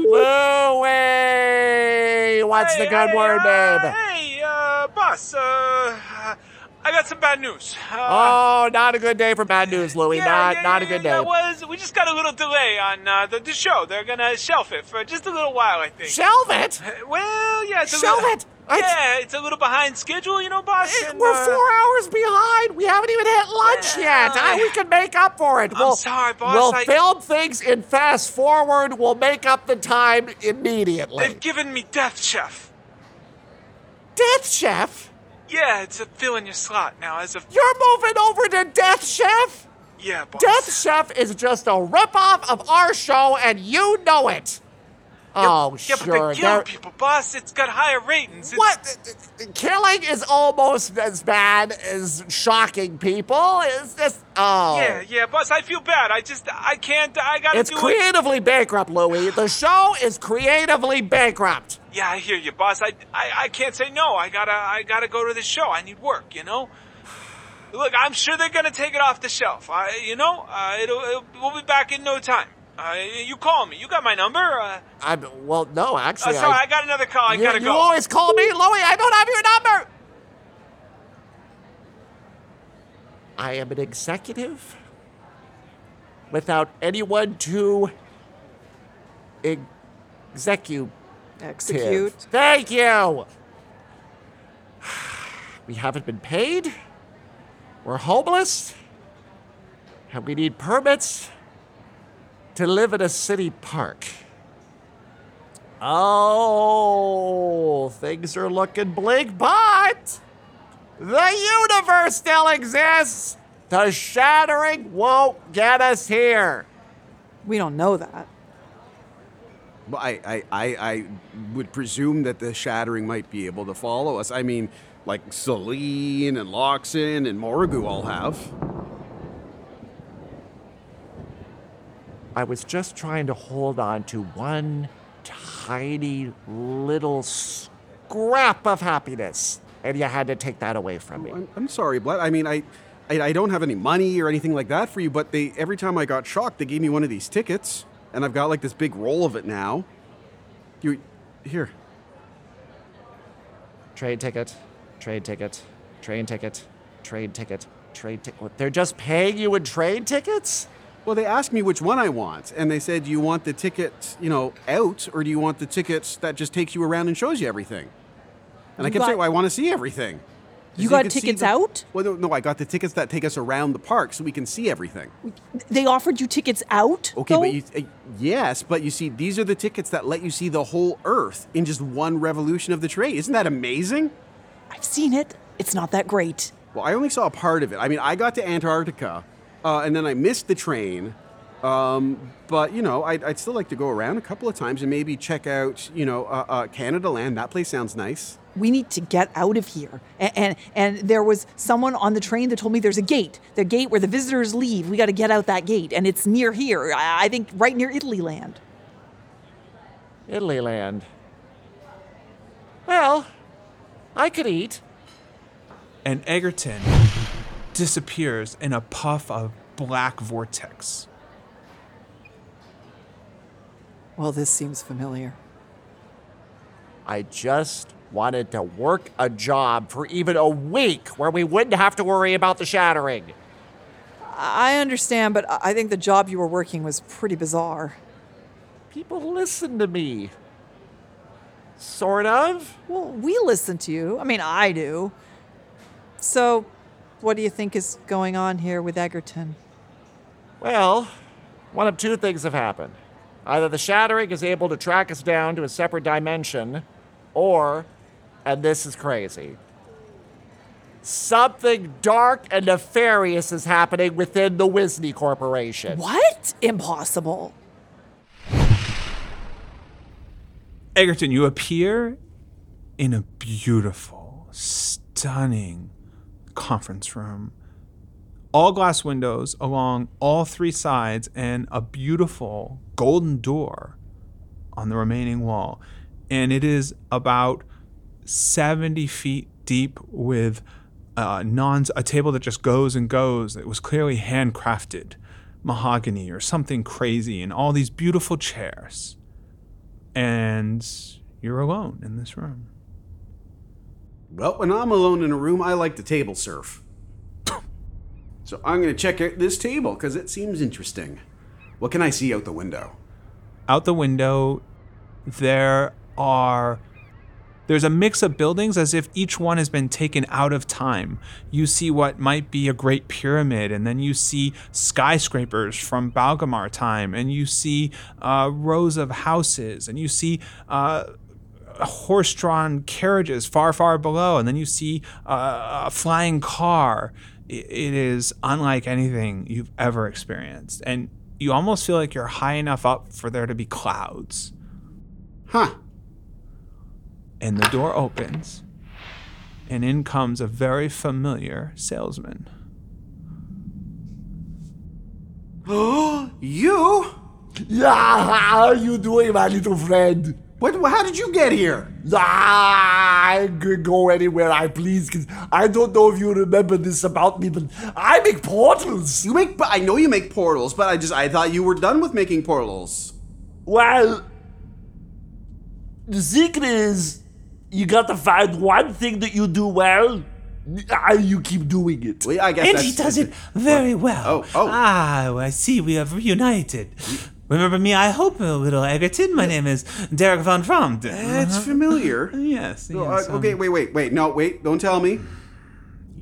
D: Louie. What's the good word, babe?
G: Hey, uh, boss, uh, I got some bad news. Uh,
D: Oh, not a good day for bad news, Louie.
G: yeah,
D: not
G: yeah,
D: not a
G: yeah,
D: good day.
G: That was, we just got a little delay on uh, the, the show. They're gonna shelf it for just a little while, I think. Uh,
D: Shelve it.
G: well, yeah, it's a
D: Shelve
G: little,
D: it! I-
G: yeah, it's a little behind schedule, you know, boss.
D: It-
G: and,
D: We're
G: uh,
D: four hours behind. We haven't even hit lunch yet. I, we can make up for it. we'll,
G: sorry, boss,
D: We'll
G: I-
D: film things in fast forward. We'll make up the time immediately.
G: They've given me Death Chef.
D: Death Chef,
G: Yeah, it's a fill in your slot now as a
D: you're moving over to Death Chef.
G: yeah, boss.
D: Death Chef is just a ripoff of our show, and you know it. Oh,
G: yeah,
D: sure.
G: but they're killing
D: they're-
G: people, boss. It's got higher ratings. It's,
D: What? Killing is almost as bad as shocking people. It's just oh,
G: Yeah, yeah, boss. I feel bad. I just, I can't. I gotta
D: it's
G: do it.
D: creatively bankrupt, Louis. The show is creatively bankrupt.
G: Yeah, I hear you, boss. I, I, I can't say no. I gotta, I gotta go to the show. I need work. You know. Look, I'm sure they're gonna take it off the shelf. I, you know, uh, it'll, it'll, we'll be back in no time. Uh, you call me. You got my number. Uh,
D: I'm well. No,
G: uh,
D: actually,
G: sorry, I
D: I,
G: got another call. I
D: you,
G: gotta
D: you
G: go.
D: always call me Louie. I don't have your number. I am an executive without anyone to execute.
E: Execute.
D: Thank you. We haven't been paid. We're homeless. And we need permits to live in a city park. Oh, things are looking bleak, but the universe still exists. The shattering won't get us here.
E: We don't know that.
F: Well, I, I, I, I would presume that the shattering might be able to follow us. I mean, like Celine and Loxin and Morrigu all have.
D: I was just trying to hold on to one tiny little scrap of happiness, and you had to take that away from me.
F: I'm, I'm sorry, Blood. I mean, I, I, I don't have any money or anything like that for you, but they every time I got shocked, they gave me one of these tickets, and I've got like this big roll of it now. You, here.
D: Trade ticket, trade ticket, train ticket, trade ticket, trade ticket. They're just paying you in train tickets?
F: Well, they asked me which one I want, and they said, "Do you want the ticket, you know, out, or do you want the ticket that just takes you around and shows you everything?" And I
E: You
F: kept saying,
E: got-
F: well, "I want to see everything." So
E: You got
F: could see
E: tickets
F: the-
E: out?
F: Well, no, no, I got the tickets that take us around the park so we can see everything.
E: They offered you tickets out.
F: Okay,
E: though?
F: but you, uh, yes, but you see, these are the tickets that let you see the whole Earth in just one revolution of the train. Isn't that amazing?
E: I've seen it. It's not that great.
F: Well, I only saw a part of it. I mean, I got to Antarctica, uh, and then I missed the train. Um, but you know, I'd, I'd still like to go around a couple of times and maybe check out, you know, uh, uh, Canada Land. That place sounds nice.
E: We need to get out of here. And, and and there was someone on the train that told me there's a gate, the gate where the visitors leave. We got to get out that gate, and it's near here. I, I think right near Italy land.
D: Italy land. Well, I could eat.
G: and Egerton disappears in a puff of black vortex.
E: Well, this seems familiar.
D: I just wanted to work a job for even a week where we wouldn't have to worry about the shattering.
E: I understand, but I I think the job you were working was pretty bizarre.
D: People listen to me. Sort of.
E: Well, we listen to you. I mean, I do. So, what do you think is going on here with Egerton?
D: Well, one of two things have happened. Either the shattering is able to track us down to a separate dimension, or, and this is crazy, something dark and nefarious is happening within the Wisney Corporation.
E: What? Impossible.
G: Egerton, you appear in a beautiful, stunning conference room. All glass windows along all three sides, and a beautiful golden door on the remaining wall. And it is about 70 feet deep with uh, nons, a table that just goes and goes. It was clearly handcrafted mahogany or something crazy, and all these beautiful chairs and you're alone in this room.
F: Well, when I'm alone in a room, I like to table surf. so I'm going to check out this table because it seems interesting. What can I see out the window?
G: Out the window, there are there's a mix of buildings as if each one has been taken out of time. You see what might be a great pyramid, and then you see skyscrapers from Balgamar time, and you see uh, rows of houses, and you see uh, horse drawn carriages far, far below, and then you see uh, a flying car. I- It is unlike anything you've ever experienced. And you almost feel like you're high enough up for there to be clouds.
F: Huh.
G: And the door opens, and in comes a very familiar salesman. (gasps)
F: You?
D: Ah, how are you doing, my little friend?
F: What? How did you get here?
D: Ah,
M: I could go anywhere I please. 'cause I don't know if you remember this about me, but I make portals.
F: You make, but I know you make portals, but I just, I thought you were done with making portals.
M: Well, the secret is you gotta find one thing that you do well, and you keep doing it.
F: Well, I guess
G: And
F: that's,
G: he does it very well.
F: Oh, oh.
G: Ah, I see we have reunited. Remember me, I hope, uh, little Egerton? My name is Derek Uh-huh. Von Fromt.
F: That's familiar.
G: (laughs) Yes, yes.
F: Uh,
G: um,
F: okay, wait, wait, wait. No, wait. Don't tell me.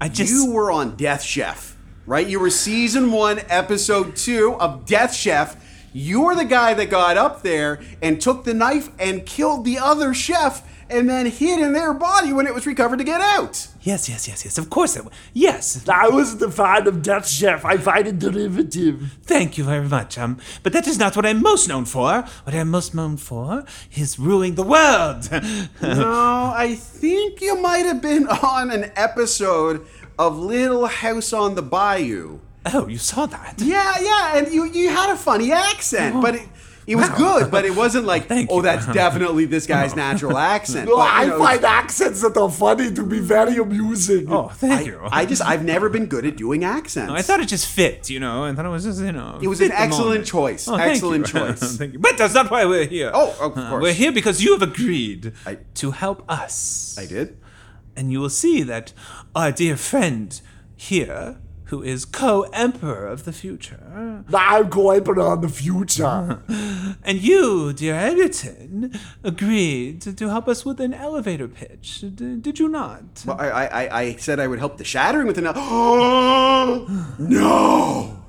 G: I just.
F: You were on Death Chef, right? You were season one, episode two of Death Chef. You were the guy that got up there and took the knife and killed the other chef and then hid in their body when it was recovered to get out.
G: Yes, yes, yes, yes. Of course it was. Yes.
M: I wasn't a fan of Death Chef. I find it derivative.
G: Thank you very much. Um, but that is not what I'm most known for. What I'm most known for is ruling the world. (laughs)
F: No, I think you might have been on an episode of Little House on the Bayou.
G: oh, you saw that?
F: Yeah, yeah, and you you had a funny accent, but it, it was good, but it wasn't like,
G: Thank
F: oh,
G: you.
F: that's definitely this guy's
G: (laughs)
F: natural accent.
M: No,
F: But, you
M: I
F: know,
M: find accents that are funny to be very amusing.
G: Oh, thank you.
F: I just I've never been good at doing accents.
G: I thought it just fit, you know. I thought it was just, you know.
F: It was
G: fit
F: an
G: the
F: excellent
G: moment. Oh,
F: choice.
G: thank
F: Excellent
G: you. (laughs)
F: choice.
G: Thank you. But that's not why we're here.
F: Oh, of course.
G: We're here because you have agreed
F: I-
G: to help us.
F: I did.
G: And you will see that our dear friend here, who is co emperor of the future,
M: I'm going on the future.
G: (laughs) and you, dear Edgerton, agreed to help us with an elevator pitch. D- did you not?
F: Well, I, I I- I said I would help the shattering with an. (gasps) no.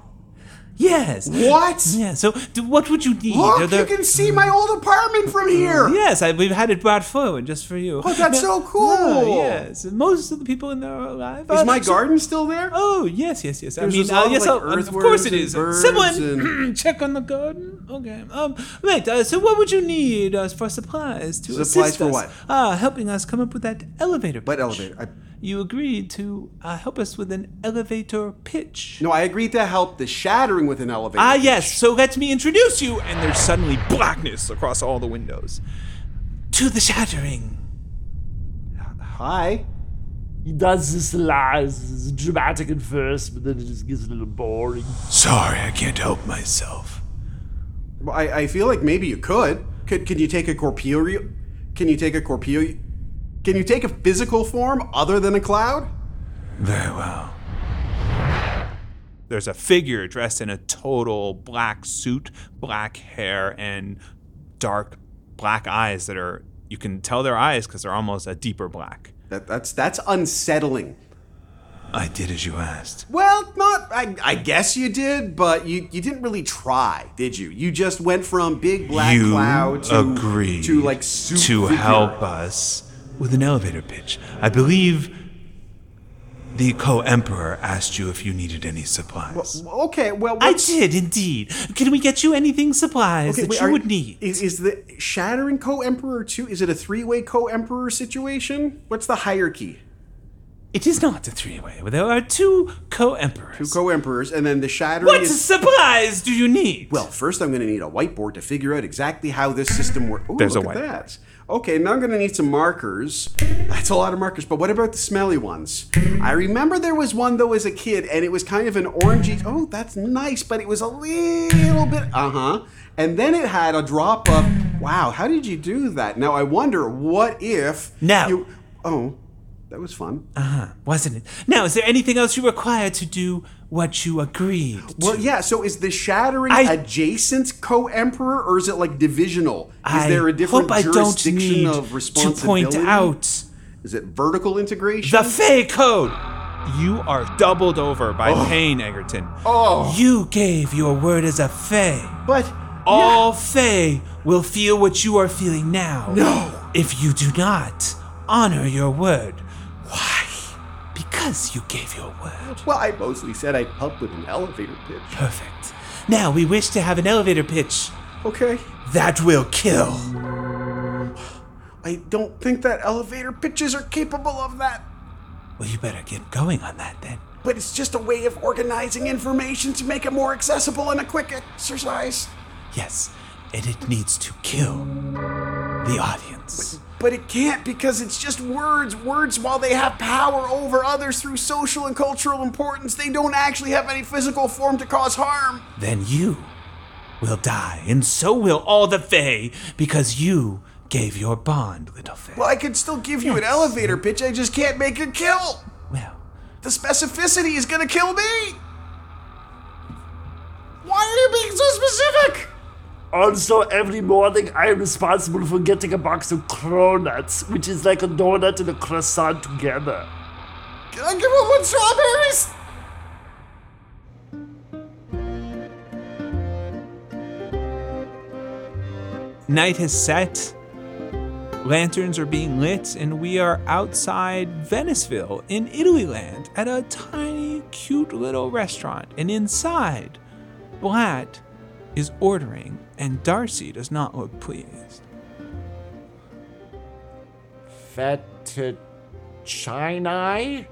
G: yes.
F: What?
G: Yeah, so d- what would you need? Are
F: Look,
G: there-
F: you can see my old apartment from here.
G: Mm, Yes, I, we've had it brought forward just for you.
F: Oh, that's so cool.
G: Yeah, yes, most of the people in there are alive.
F: Is
G: Uh,
F: my
G: so-
F: garden still there?
G: Oh yes, yes, yes.
F: There's
G: I mean,
F: this lot
G: uh,
F: of,
G: yes,
F: like,
G: oh, um, of
F: earthworms
G: course it
F: and
G: is.
F: birds
G: Someone
F: and-
G: (clears throat) check on the garden. Okay. Um. Right. Uh, so, what would you need us for supplies to
F: Supplies
G: assist
F: for
G: us?
F: what?
G: Ah, helping us come up with that elevator. Pitch.
F: What elevator? I,
G: You agreed to uh, help us with an elevator pitch.
F: no, I agreed to help the shattering with an elevator.
G: Ah, yes. So let me introduce you. And there's suddenly blackness across all the windows. To the shattering.
F: Hi.
M: he does this lies, it's dramatic at first, but then it just gets a little boring.
I: Sorry, I can't help myself.
F: Well, I, I feel like maybe you could. Could can you take a corporeal? Can you take a corporeal? Can you take a physical form other than a cloud?
I: Very well.
G: There's a figure dressed in a total black suit, black hair, and dark black eyes that are, you can tell their eyes because they're almost a deeper black.
F: That, that's that's unsettling.
I: I did as you asked.
F: Well, not. I, I guess you did, but you you didn't really try, did you? You just went from big black
I: you
F: cloud to
I: agreed
F: to like soup
I: to
F: figure.
I: help us with an elevator pitch. I believe the co-emperor asked you if you needed any supplies.
F: Okay, well,
G: I
F: what's,
G: did indeed. (laughs) Can we get you anything supplies
F: okay,
G: that
F: wait,
G: you
F: are-
G: would need?
F: Is, is the shattering co-emperor too? Is it a three-way co-emperor situation? What's the hierarchy?
G: It is not a three-way. There are two co-emperors.
F: Two co-emperors, and then the shattering
G: what
F: is.
G: supplies do you need?
F: Well, first I'm going to need a whiteboard to figure out exactly how this system works. Ooh,
I: There's
F: look
I: a
F: at
I: whiteboard.
F: that. Okay, now I'm going to need some markers. That's a lot of markers, but what about the smelly ones? I remember there was one though as a kid, and it was kind of an orangey. Oh, that's nice, but it was a little bit. Uh huh. And then it had a drop of. Wow, how did you do that? Now I wonder what if.
G: No.
F: You, oh, that was fun.
G: Uh-huh, wasn't it? Now, is there anything else you require to do what you agreed?
F: Well,
G: to?
F: yeah. So is the shattering
G: I-
F: adjacent co-emperor, or is it like divisional? Is
G: I
F: there a different
G: hope I don't
F: jurisdiction
G: need
F: of
G: to
F: responsibility?
G: point out
F: Is it vertical integration?
G: the Fey Code. You are doubled over by pain, Egerton. Oh. You gave your word as a Fey.
F: but
G: All Fey will feel what you are feeling now. No. If you do not honor your word, why? Because you gave your word.
F: well, I mostly said I'd help with an elevator pitch.
G: Perfect. Now we wish to have an elevator pitch
F: Okay.
G: that will kill.
F: I don't think that elevator pitches are capable of that.
G: Well, you better get going on that then.
F: But it's just a way of organizing information to make it more accessible and a quick exercise.
G: Yes, and it needs to kill the audience.
F: But it can't because it's just words. Words, while they have power over others through social and cultural importance, they don't actually have any physical form to cause harm.
N: Then you will die, and so will all the Fae, because you gave your bond, little Fae.
F: Well, I could still give you an elevator pitch, I just can't make a kill. Well, the specificity is gonna kill me. Why are you being so specific?
O: Also, every morning I am responsible for getting a box of cronuts, which is like a donut and a croissant together.
F: Can I give him one strawberries?
G: Night has set. Lanterns are being lit, and we are outside Veniceville in Italyland at a tiny, cute little restaurant. And inside, Blatt is ordering, and Darcy does not look pleased.
D: Fettuccine?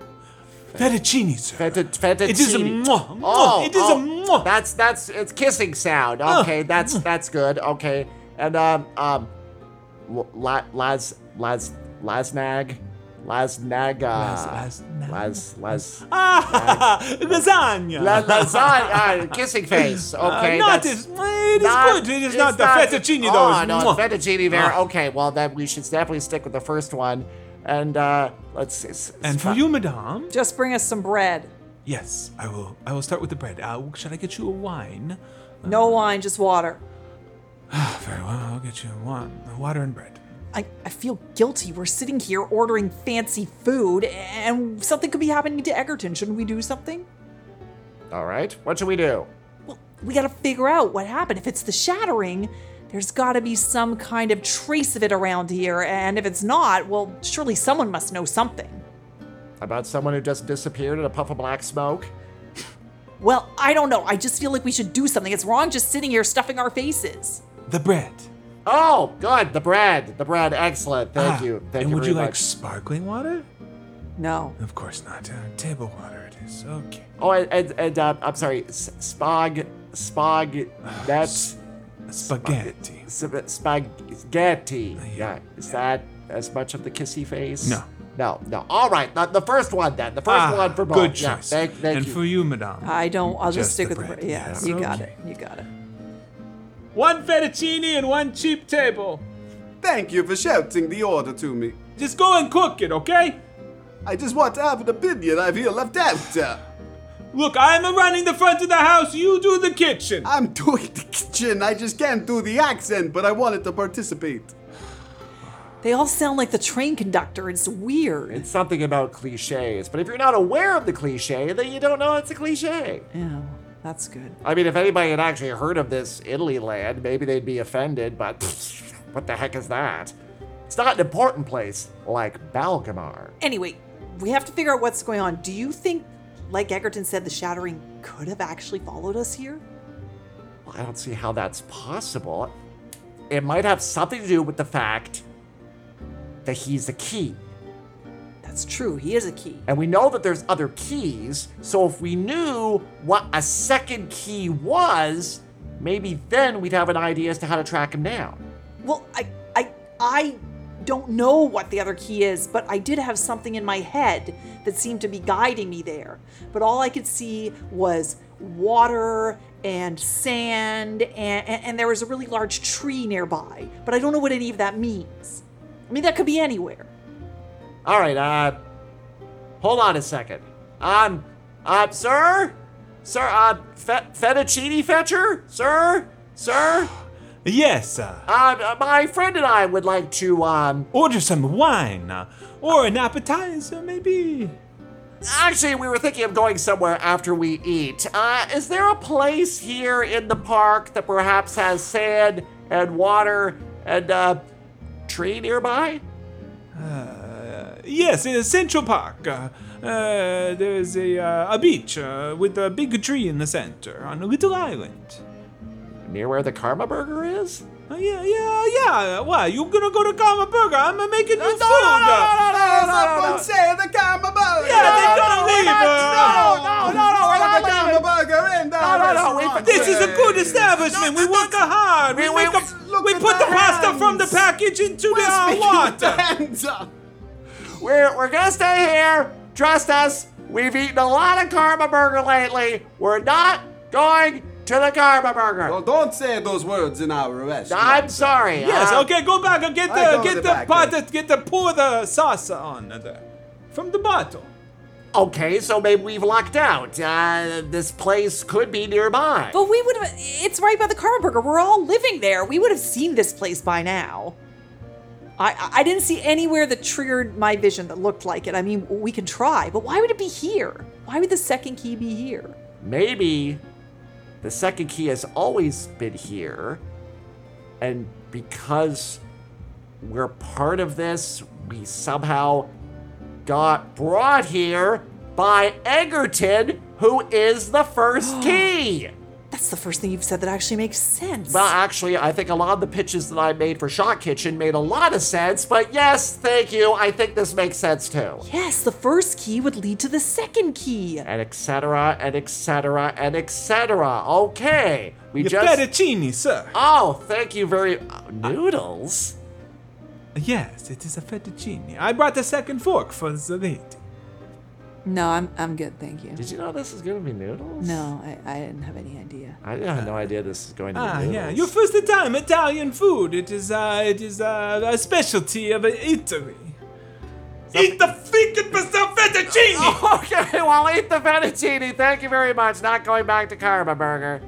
H: Fettuccine, sir.
D: Fettu- fettuccine.
H: It is a mwah, mwah.
D: Oh,
H: It is a Ah,
D: oh. That's that's it's kissing sound. Okay, that's that's good. Okay, and um um, L- La- Laz Laz Laznag, Laznaga, Laz Laz
G: (laughs)
H: Ah, lasagna.
D: La-
F: Ah,
D: lasagna, uh, kissing face.
H: Uh,
D: Okay,
H: not
D: that's
H: as- it is good. It is
D: it's
H: not the fettuccine, though.
D: Oh,
H: It's
D: no,
H: mwah.
D: fettuccine there.
H: Ah.
D: Okay, well then we should definitely stick with the first one. And uh, let's. s- s-
G: And for you, madame,
E: Just bring us some bread.
G: yes, I will. I will start with the bread. Uh, should I get you a wine? (sighs) Ah,
E: No wine, just water.
G: Very well, I'll get you wine, water and bread.
E: I, I feel guilty. We're sitting here ordering fancy food, and something could be happening to Egerton. Shouldn't we do something?
D: All right, what should we do?
E: We gotta figure out what happened. If it's the shattering, there's gotta be some kind of trace of it around here, and if it's not, well, surely someone must know something.
D: About someone who just disappeared in a puff of black smoke.
E: Well, I don't know. I just feel like we should do something. It's wrong just sitting here stuffing our faces.
G: The bread.
D: Oh, good. The bread. The bread. Excellent. Thank
G: Ah,
D: you. Thank
G: and
D: you
G: would
D: very
G: you
D: much.
G: like sparkling water?
E: No.
G: Of course not. Uh, table water it is. Okay.
D: Oh, and, and, and uh, I'm sorry, s- spag, spag, that's
G: Ah, spaghetti.
D: Sp- spaghetti. Yeah. Is that as much of the kissy face?
G: No.
D: No, no. All right, the, the first one then. The first
G: Ah,
D: one for both.
G: Good
D: Yeah,
G: choice.
D: thank, thank
G: and
D: you.
G: for you, madame.
E: I don't. I'll just,
G: Just
E: stick
G: the
E: with the
G: bread.
E: bread. Yeah,
G: Yes,
E: you got
G: okay.
E: it. You got it.
H: One fettuccine and one cheap table.
A: Thank you for shouting the order to me.
H: Just go and cook it, okay?
A: I just want to have an opinion I feel left out. uh.
H: Look, I'm running the front of the house. You do the kitchen.
A: I'm doing the kitchen. I just can't do the accent, but I wanted to participate.
E: They all sound like the train conductor. It's weird.
D: It's something about cliches, but if you're not aware of the cliche, then you don't know it's a cliche.
E: Yeah, that's good.
D: I mean, if anybody had actually heard of this Italy land, maybe they'd be offended, but what the heck is that? It's not an important place like Balgamar.
E: Anyway, we have to figure out what's going on. Do you think, like Egerton said, the shattering could have actually followed us here?
D: I don't see how that's possible. It might have something to do with the fact that he's a key.
E: That's true, he is a key.
D: And we know that there's other keys, so if we knew what a second key was, maybe then we'd have an idea as to how to track him down.
E: Well, I, I, I don't know what the other key is, but I did have something in my head that seemed to be guiding me there. But all I could see was water and sand, and, and, and there was a really large tree nearby. But I don't know what any of that means. I mean, that could be anywhere.
D: All right, uh, hold on a second. Um, uh, sir? Sir, uh, fe- fettuccine fetcher? Sir? Sir?
G: Yes, sir.
D: Uh, my friend and I would like to, um,
G: Order some wine uh, or an appetizer, maybe.
D: Actually, we were thinking of going somewhere after we eat. Uh, is there a place here in the park that perhaps has sand and water and uh, tree nearby?
G: Uh, yes, in Central Park. Uh, uh, there is a, uh, a beach uh, with a big tree in the center on a little island.
D: Near where the Karma Burger is?
G: Uh, yeah, yeah, yeah. Why? You gonna go to Karma Burger? I'm uh, making you food.
A: No, no, no,
G: uh.
A: There's a Ponce, the Gamma Burger.
G: Yeah, they're gonna leave. uh,
A: No, no, no, we're not leaving. Burger in the
G: No, no, no, we-
A: restaurant.
G: This is a good establishment. We work hard. We, make a, we put the pasta from the package into the water.
D: We're, we're gonna stay here. Trust us. We've eaten a lot of Karma Burger lately. We're not going to the Karma Burger.
P: Well, don't say those words in our restaurant.
D: I'm sorry.
G: Yes,
D: uh,
G: okay, go back and get
P: I
G: the
P: go
G: get
P: to
G: the,
P: the back
G: pot, get the pour the sauce on the, from the bottle.
D: Okay, so maybe we've lucked out. Uh, this place could be nearby.
E: But we would have. It's right by the Karma Burger. We're all living there. We would have seen this place by now. I- I I didn't see anywhere that triggered my vision that looked like it. I mean, we can try, but why would it be here? Why would the second key be here?
D: Maybe the second key has always been here, and because we're part of this, we somehow got brought here by Egerton, who is the
E: (gasps)
D: first key.
E: That's the first thing you've said that actually makes sense.
D: Well, actually, I think a lot of the pitches that I made for Shot Kitchen made a lot of sense, but yes, thank you. I think this makes sense too.
E: Yes, the first key would lead to the second key.
D: And etc. and etc. and etc. Okay, we
G: Your
D: just
G: fettuccine, sir.
D: Oh, thank you very uh, noodles.
G: Yes, it is a fettuccine. I brought the second fork for the lady.
E: No, I'm I'm good, thank you.
D: Did you know this is gonna be noodles?
E: No, I, I didn't have any idea.
D: I had no idea this is going to be
G: Ah,
D: noodles.
G: yeah, your first time Italian food. It is uh, it is uh, a specialty of uh, Italy. Eat the freaking pasta fettuccine.
D: Okay, well, eat the fettuccine. Thank you very much. Not going back to Karma Burger.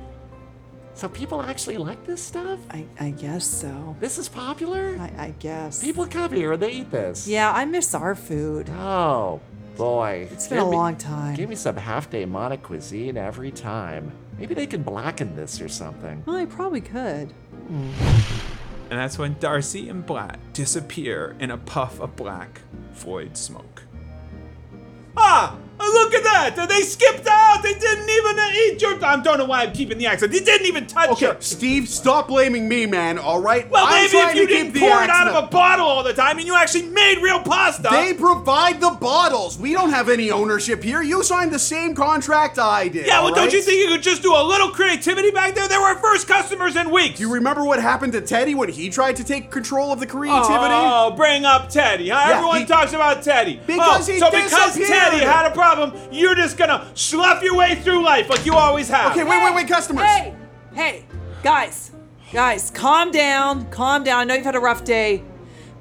D: So people actually like this stuff?
E: I, I guess so.
D: This is popular?
E: I, I guess.
D: People come here and they eat this.
E: Yeah, I miss our food.
D: Oh, boy.
E: It's been a long time.
D: Give me some half-day Mona cuisine every time. Maybe they can blacken this or something.
E: Well, I probably could.
G: And that's when Darcy and Black disappear in a puff of black void smoke. Ah! Look at that! They skipped out! They didn't even eat your. I don't know why I'm keeping the accent. They didn't even touch
P: Okay,
G: it!
P: Steve, stop blaming me, man. All right.
G: Well,
P: I'm
G: maybe
P: trying
G: if you
P: to keep
G: didn't
P: the
G: pour it out
P: accent
G: of a
P: up.
G: bottle all the time and you actually made real pasta!
P: They provide the bottles. We don't have any ownership here. You signed the same contract I did.
G: yeah, well,
P: all
G: don't you
P: right?
G: think you could just do a little creativity back there? They were our first customers in weeks!
P: You remember what happened to Teddy when he tried to take control of the creativity?
G: Oh, bring up Teddy. Huh?
P: Yeah,
G: Everyone
P: he-
G: talks about Teddy.
P: Because
G: oh,
P: he
G: so because Teddy
P: disappeared.
G: had a problem, you're just gonna slough your way through life like you always have.
P: Okay, wait, wait, wait, customers.
E: Hey, hey, guys, guys, calm down, calm down. I know you've had a rough day,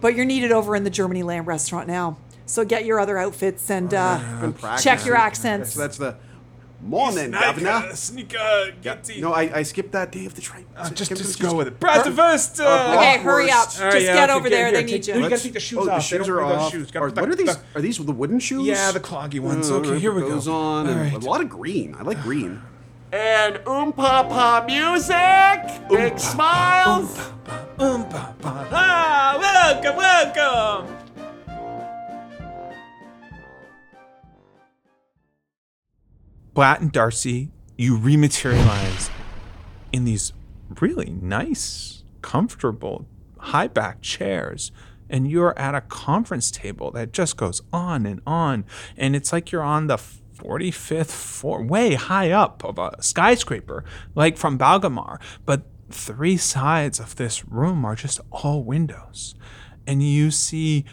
E: but you're needed over in the Germany Land restaurant now. So get your other outfits and uh, check your accents.
P: So that's the morning, governor. No, I, I skipped that day of the train.
G: Ah,
C: just-
P: Skip-
C: just go with it.
G: Brat the first. Uh,
E: okay, hurry up.
P: Bratwurst.
G: All right,
E: Just
G: yeah,
E: get
G: okay,
E: over there.
G: here,
E: they
G: take-
E: need
G: You
E: you.
G: gotta take the shoes
P: oh,
G: off.
P: the
G: They don't
P: shoes are
G: wear those
P: off.
G: shoes. Gotta
P: Are,
G: tuck
P: what are
G: the-
P: these? Are these the wooden shoes?
G: Yeah, the cloggy ones.
P: Uh,
G: okay, here we
P: goes
G: go.
P: on. and
G: All
P: A
G: right.
P: lot of green. I
G: (sighs)
P: like green.
D: And oom pa music! Big smiles!
G: Um, ba, ba. Ah, welcome, welcome. Blatt and Darcy, you rematerialize in these really nice, comfortable, high back chairs. And you're at a conference table that just goes on and on. And it's like you're on the 45th floor, way high up of a skyscraper, like from Balgamar. But three sides of this room are just all windows. And you see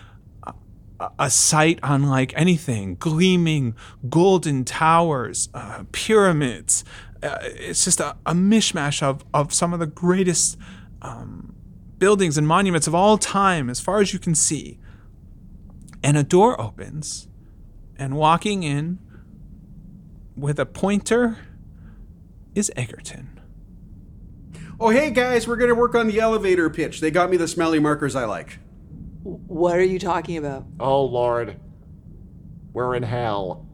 G: a sight unlike anything gleaming golden towers uh, pyramids uh, it's just a, a mishmash of, of some of the greatest um, buildings and monuments of all time as far as you can see and a door opens and walking in with a pointer is egerton
P: Oh, hey guys, we're gonna work on the elevator pitch. They got me the smelly markers I like.
E: What are you talking about?
D: Oh, Lord. We're in hell.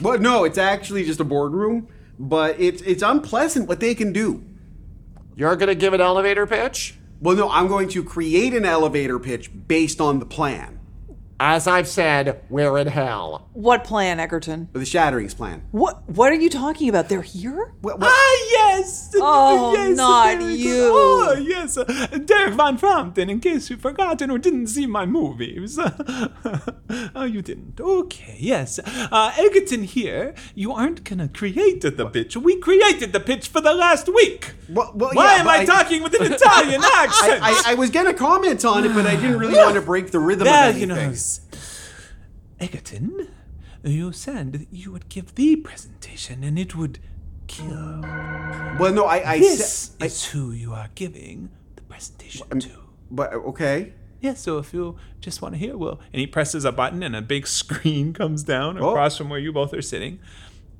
P: But no, it's actually just a boardroom. But it's it's unpleasant what they can do.
D: You're gonna give an elevator pitch?
P: Well, no, I'm going to create an elevator pitch based on the plan.
D: As I've said, we're in hell.
E: What plan, Egerton?
F: The Shatterings plan.
E: What What are you talking about? They're here?
G: Ah, yes!
E: Oh,
G: yes,
E: not
G: there it is.
E: you.
G: Oh, yes. uh, Derek Van Frampton, in case you've forgotten or didn't see my movies. (laughs) oh, you didn't. Okay, yes. Uh, Egerton here, you aren't going to create the pitch. We created the pitch for the last week. Why
F: yeah,
G: am
F: but
G: I,
F: I-
G: talking
F: (laughs)
G: with an Italian accent?
F: I, I, I was gonna comment on it, but I didn't
G: (laughs)
F: really
G: (sighs)
F: want to break the rhythm
G: There,
F: of
G: you
F: anything.
G: know, s- Egerton, you said that you would give the presentation and it would kill.
F: Well, no, I- I
G: this
F: sa- I-
G: is who you are giving the presentation to.
F: But okay.
G: Yeah, so if you just want to hear, well, and he presses a button and a big (laughs) screen comes down
F: Oh.
G: across from where you both are sitting.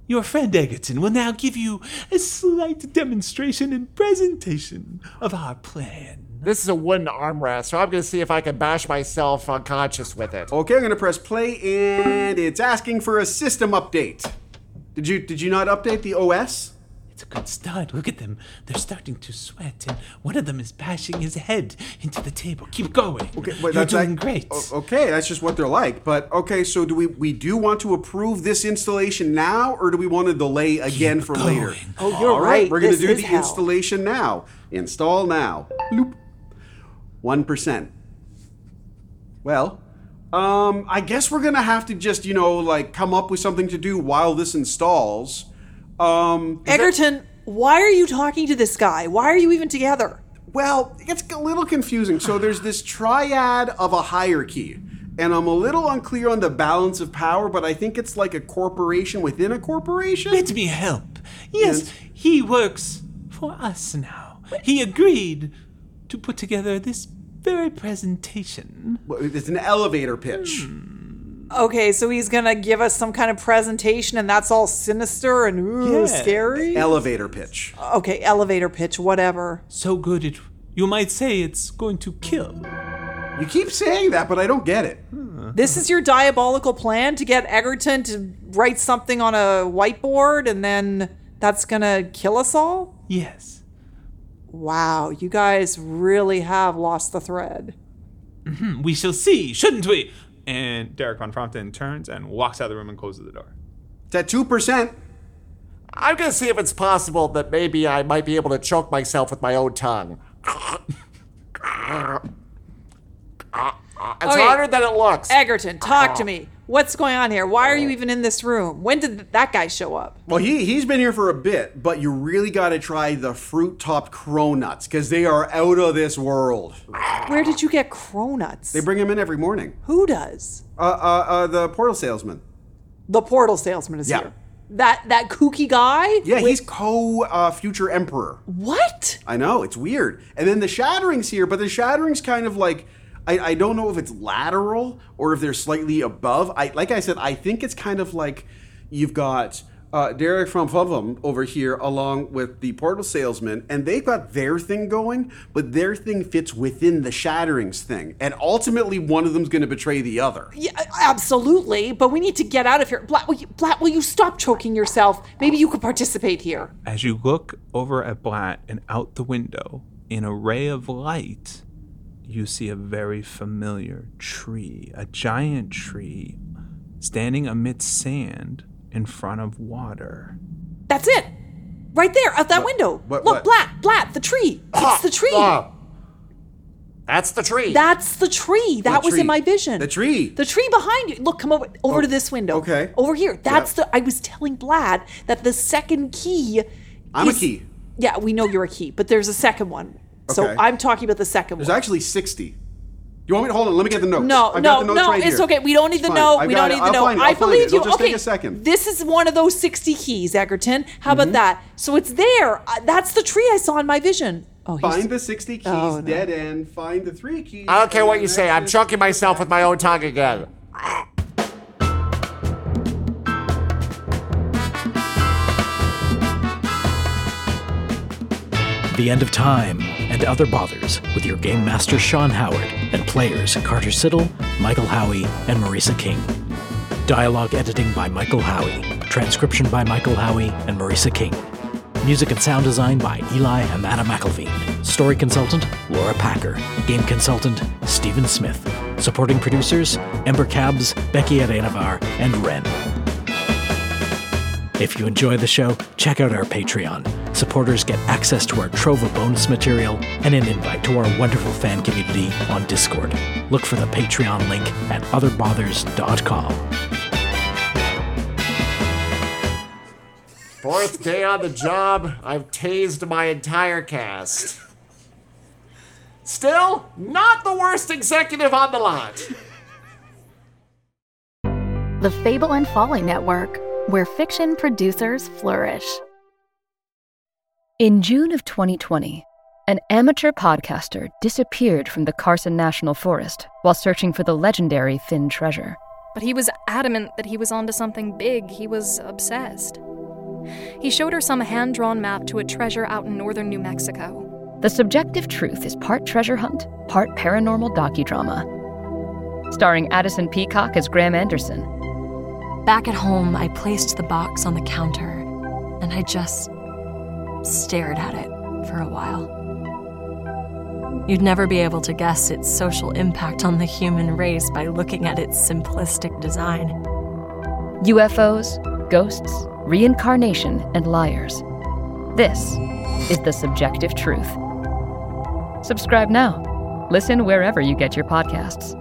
G: Your friend Egerton will now give you a slight demonstration and presentation of our plan.
D: This is a wooden armrest, so I'm going to see if I can bash myself unconscious with it.
F: Okay, I'm gonna press play, and it's asking for a system update. Did you did you not update the OS?
G: It's a good start. Look at them. They're starting to sweat, and one of them is bashing his head into the table. Keep going. Okay,
F: Wait,
G: You're
F: that's like-
G: doing great.
F: o- okay, that's just what they're like. But okay, so do we we do want to approve this installation now, or do we want to delay again for later?
E: Oh, you're
F: All
E: right.
F: We're gonna
E: This
F: do
E: is
F: the
E: hell.
F: installation now. Install now. Loop. One percent. Well, um, I guess we're gonna have to just you know like come up with something to do while this installs. Um,
E: Egerton, why are you talking to this guy? Why are you even together?
F: Well, it's a little confusing. So there's this triad of a hierarchy, and I'm a little unclear on the balance of power, but I think it's like a corporation within a corporation. Let
G: me help. Yes, he works for us now. He agreed to put together this very presentation.
F: It's an elevator pitch.
E: Hmm. Okay, so he's gonna give us some kind of presentation, and that's all sinister and ooh, scary.
F: Elevator pitch.
E: okay, elevator pitch, whatever.
G: So good it. You might say it's going to kill.
F: You keep saying that, but I don't get it.
E: This is your diabolical plan to get Egerton to write something on a whiteboard, and then that's gonna kill us all.
G: Yes.
E: Wow, you guys really have lost the thread.
G: Mhm, We shall see, shouldn't we? And Derek Von Frampton turns and walks out of the room and closes the door.
F: It's at 2%.
D: I'm going to see if it's possible that maybe I might be able to choke myself with my own tongue. It's
E: Okay.
D: harder than it looks. Oh.
E: Egerton, talk to me. What's going on here? Why are you even in this room? When did th- that guy show up?
F: Well, he he's been here for a bit, but you really got to try the fruit topped cronuts because they are out of this world.
E: Where did you get cronuts?
F: They bring them in every morning.
E: Who does?
F: Uh, uh, uh the portal salesman.
E: The portal salesman is
F: Yeah.
E: here. That that kooky guy?
F: Yeah, he's co uh, future emperor.
E: What?
F: I know it's weird. And then the shatterings here, but the shatterings kind of like I, I don't know if it's lateral or if they're slightly above. I like I said, I think it's kind of like you've got uh, Derek from Fubum over here along with the portal salesman, and they've got their thing going, but their thing fits within the shatterings thing, and ultimately one of them's going to betray the other.
E: Yeah, absolutely. But we need to get out of here. Blatt, will you, Blatt, will you stop choking yourself? Maybe you could participate here.
I: As you look over at Blatt and out the window, in a ray of light, you see a very familiar tree, a giant tree, standing amidst sand in front of water.
E: That's it. Right there, out that window. Look, Blatt, Blatt, the tree.
F: Ah,
E: It's the tree.
D: That's the tree.
E: That's the tree. That was
D: tree.
E: in my vision.
D: The tree.
E: The tree behind you. Look, come over
F: Oh,
E: over to this window. Okay. Over here. That's the I was telling Blad that the second key
F: I'm a
E: is-
F: key.
E: Yeah, we know you're a key, but there's a second one. So
F: Okay.
E: I'm talking about the second
F: There's
E: one.
F: actually sixty. You want me to hold on? Let me get the notes.
E: No,
F: I've got
E: no,
F: the notes
E: no,
F: right
E: it's
F: here.
E: okay. We don't need
F: It's
E: the
F: fine.
E: note.
F: I've
E: we
F: got
E: don't
F: it.
E: need the
F: I'll
E: note.
F: find it.
E: I
F: I'll find it.
E: believe you.
F: It'll just
E: okay.
F: take a second. Mm-hmm.
E: This is one of those 60 keys, Egerton. How about that? So it's there. Uh, that's the tree I saw in my vision. Oh, he's-
F: Find the sixty keys
E: Oh, no.
F: dead end. Find the three keys.
D: I don't care what you
F: and
D: say, I'm choking myself with my own tongue again.
A: The End of Time and Other Bothers with your Game Master Sean Howard and players Carter Siddle, Michael Howie, and Marisa King. Dialogue editing by Michael Howie, transcription by Michael Howie and Marisa King. Music and sound design by Eli and Anna McElveen. Story consultant, Laura Packer. Game consultant, Stephen Smith. Supporting producers Ember Cabs, Becky Arenavar, and Ren. If you enjoy the show, check out our Patreon. Supporters get access to our Trove of bonus material and an invite to our wonderful fan community on Discord. Look for the Patreon link at otherbothers.com.
D: Fourth day on the job, I've tased my entire cast. Still, not the worst executive on the lot.
Q: The Fable and Folly Network, where fiction producers flourish.
R: In June of 2020, an amateur podcaster disappeared from the Carson National Forest while searching for the legendary Finn treasure.
S: But he was adamant that he was onto something big. He was obsessed. He showed her some hand drawn map to a treasure out in northern New Mexico.
R: The Subjective Truth is part treasure hunt, part paranormal docudrama. Starring Addison Peacock as Graham Anderson.
T: Back at home, I placed the box on the counter and I just stared at it for a while. You'd never be able to guess its social impact on the human race by looking at its simplistic design.
R: UFOs, ghosts, reincarnation, and liars. This is the subjective truth. Subscribe now. Listen wherever you get your podcasts.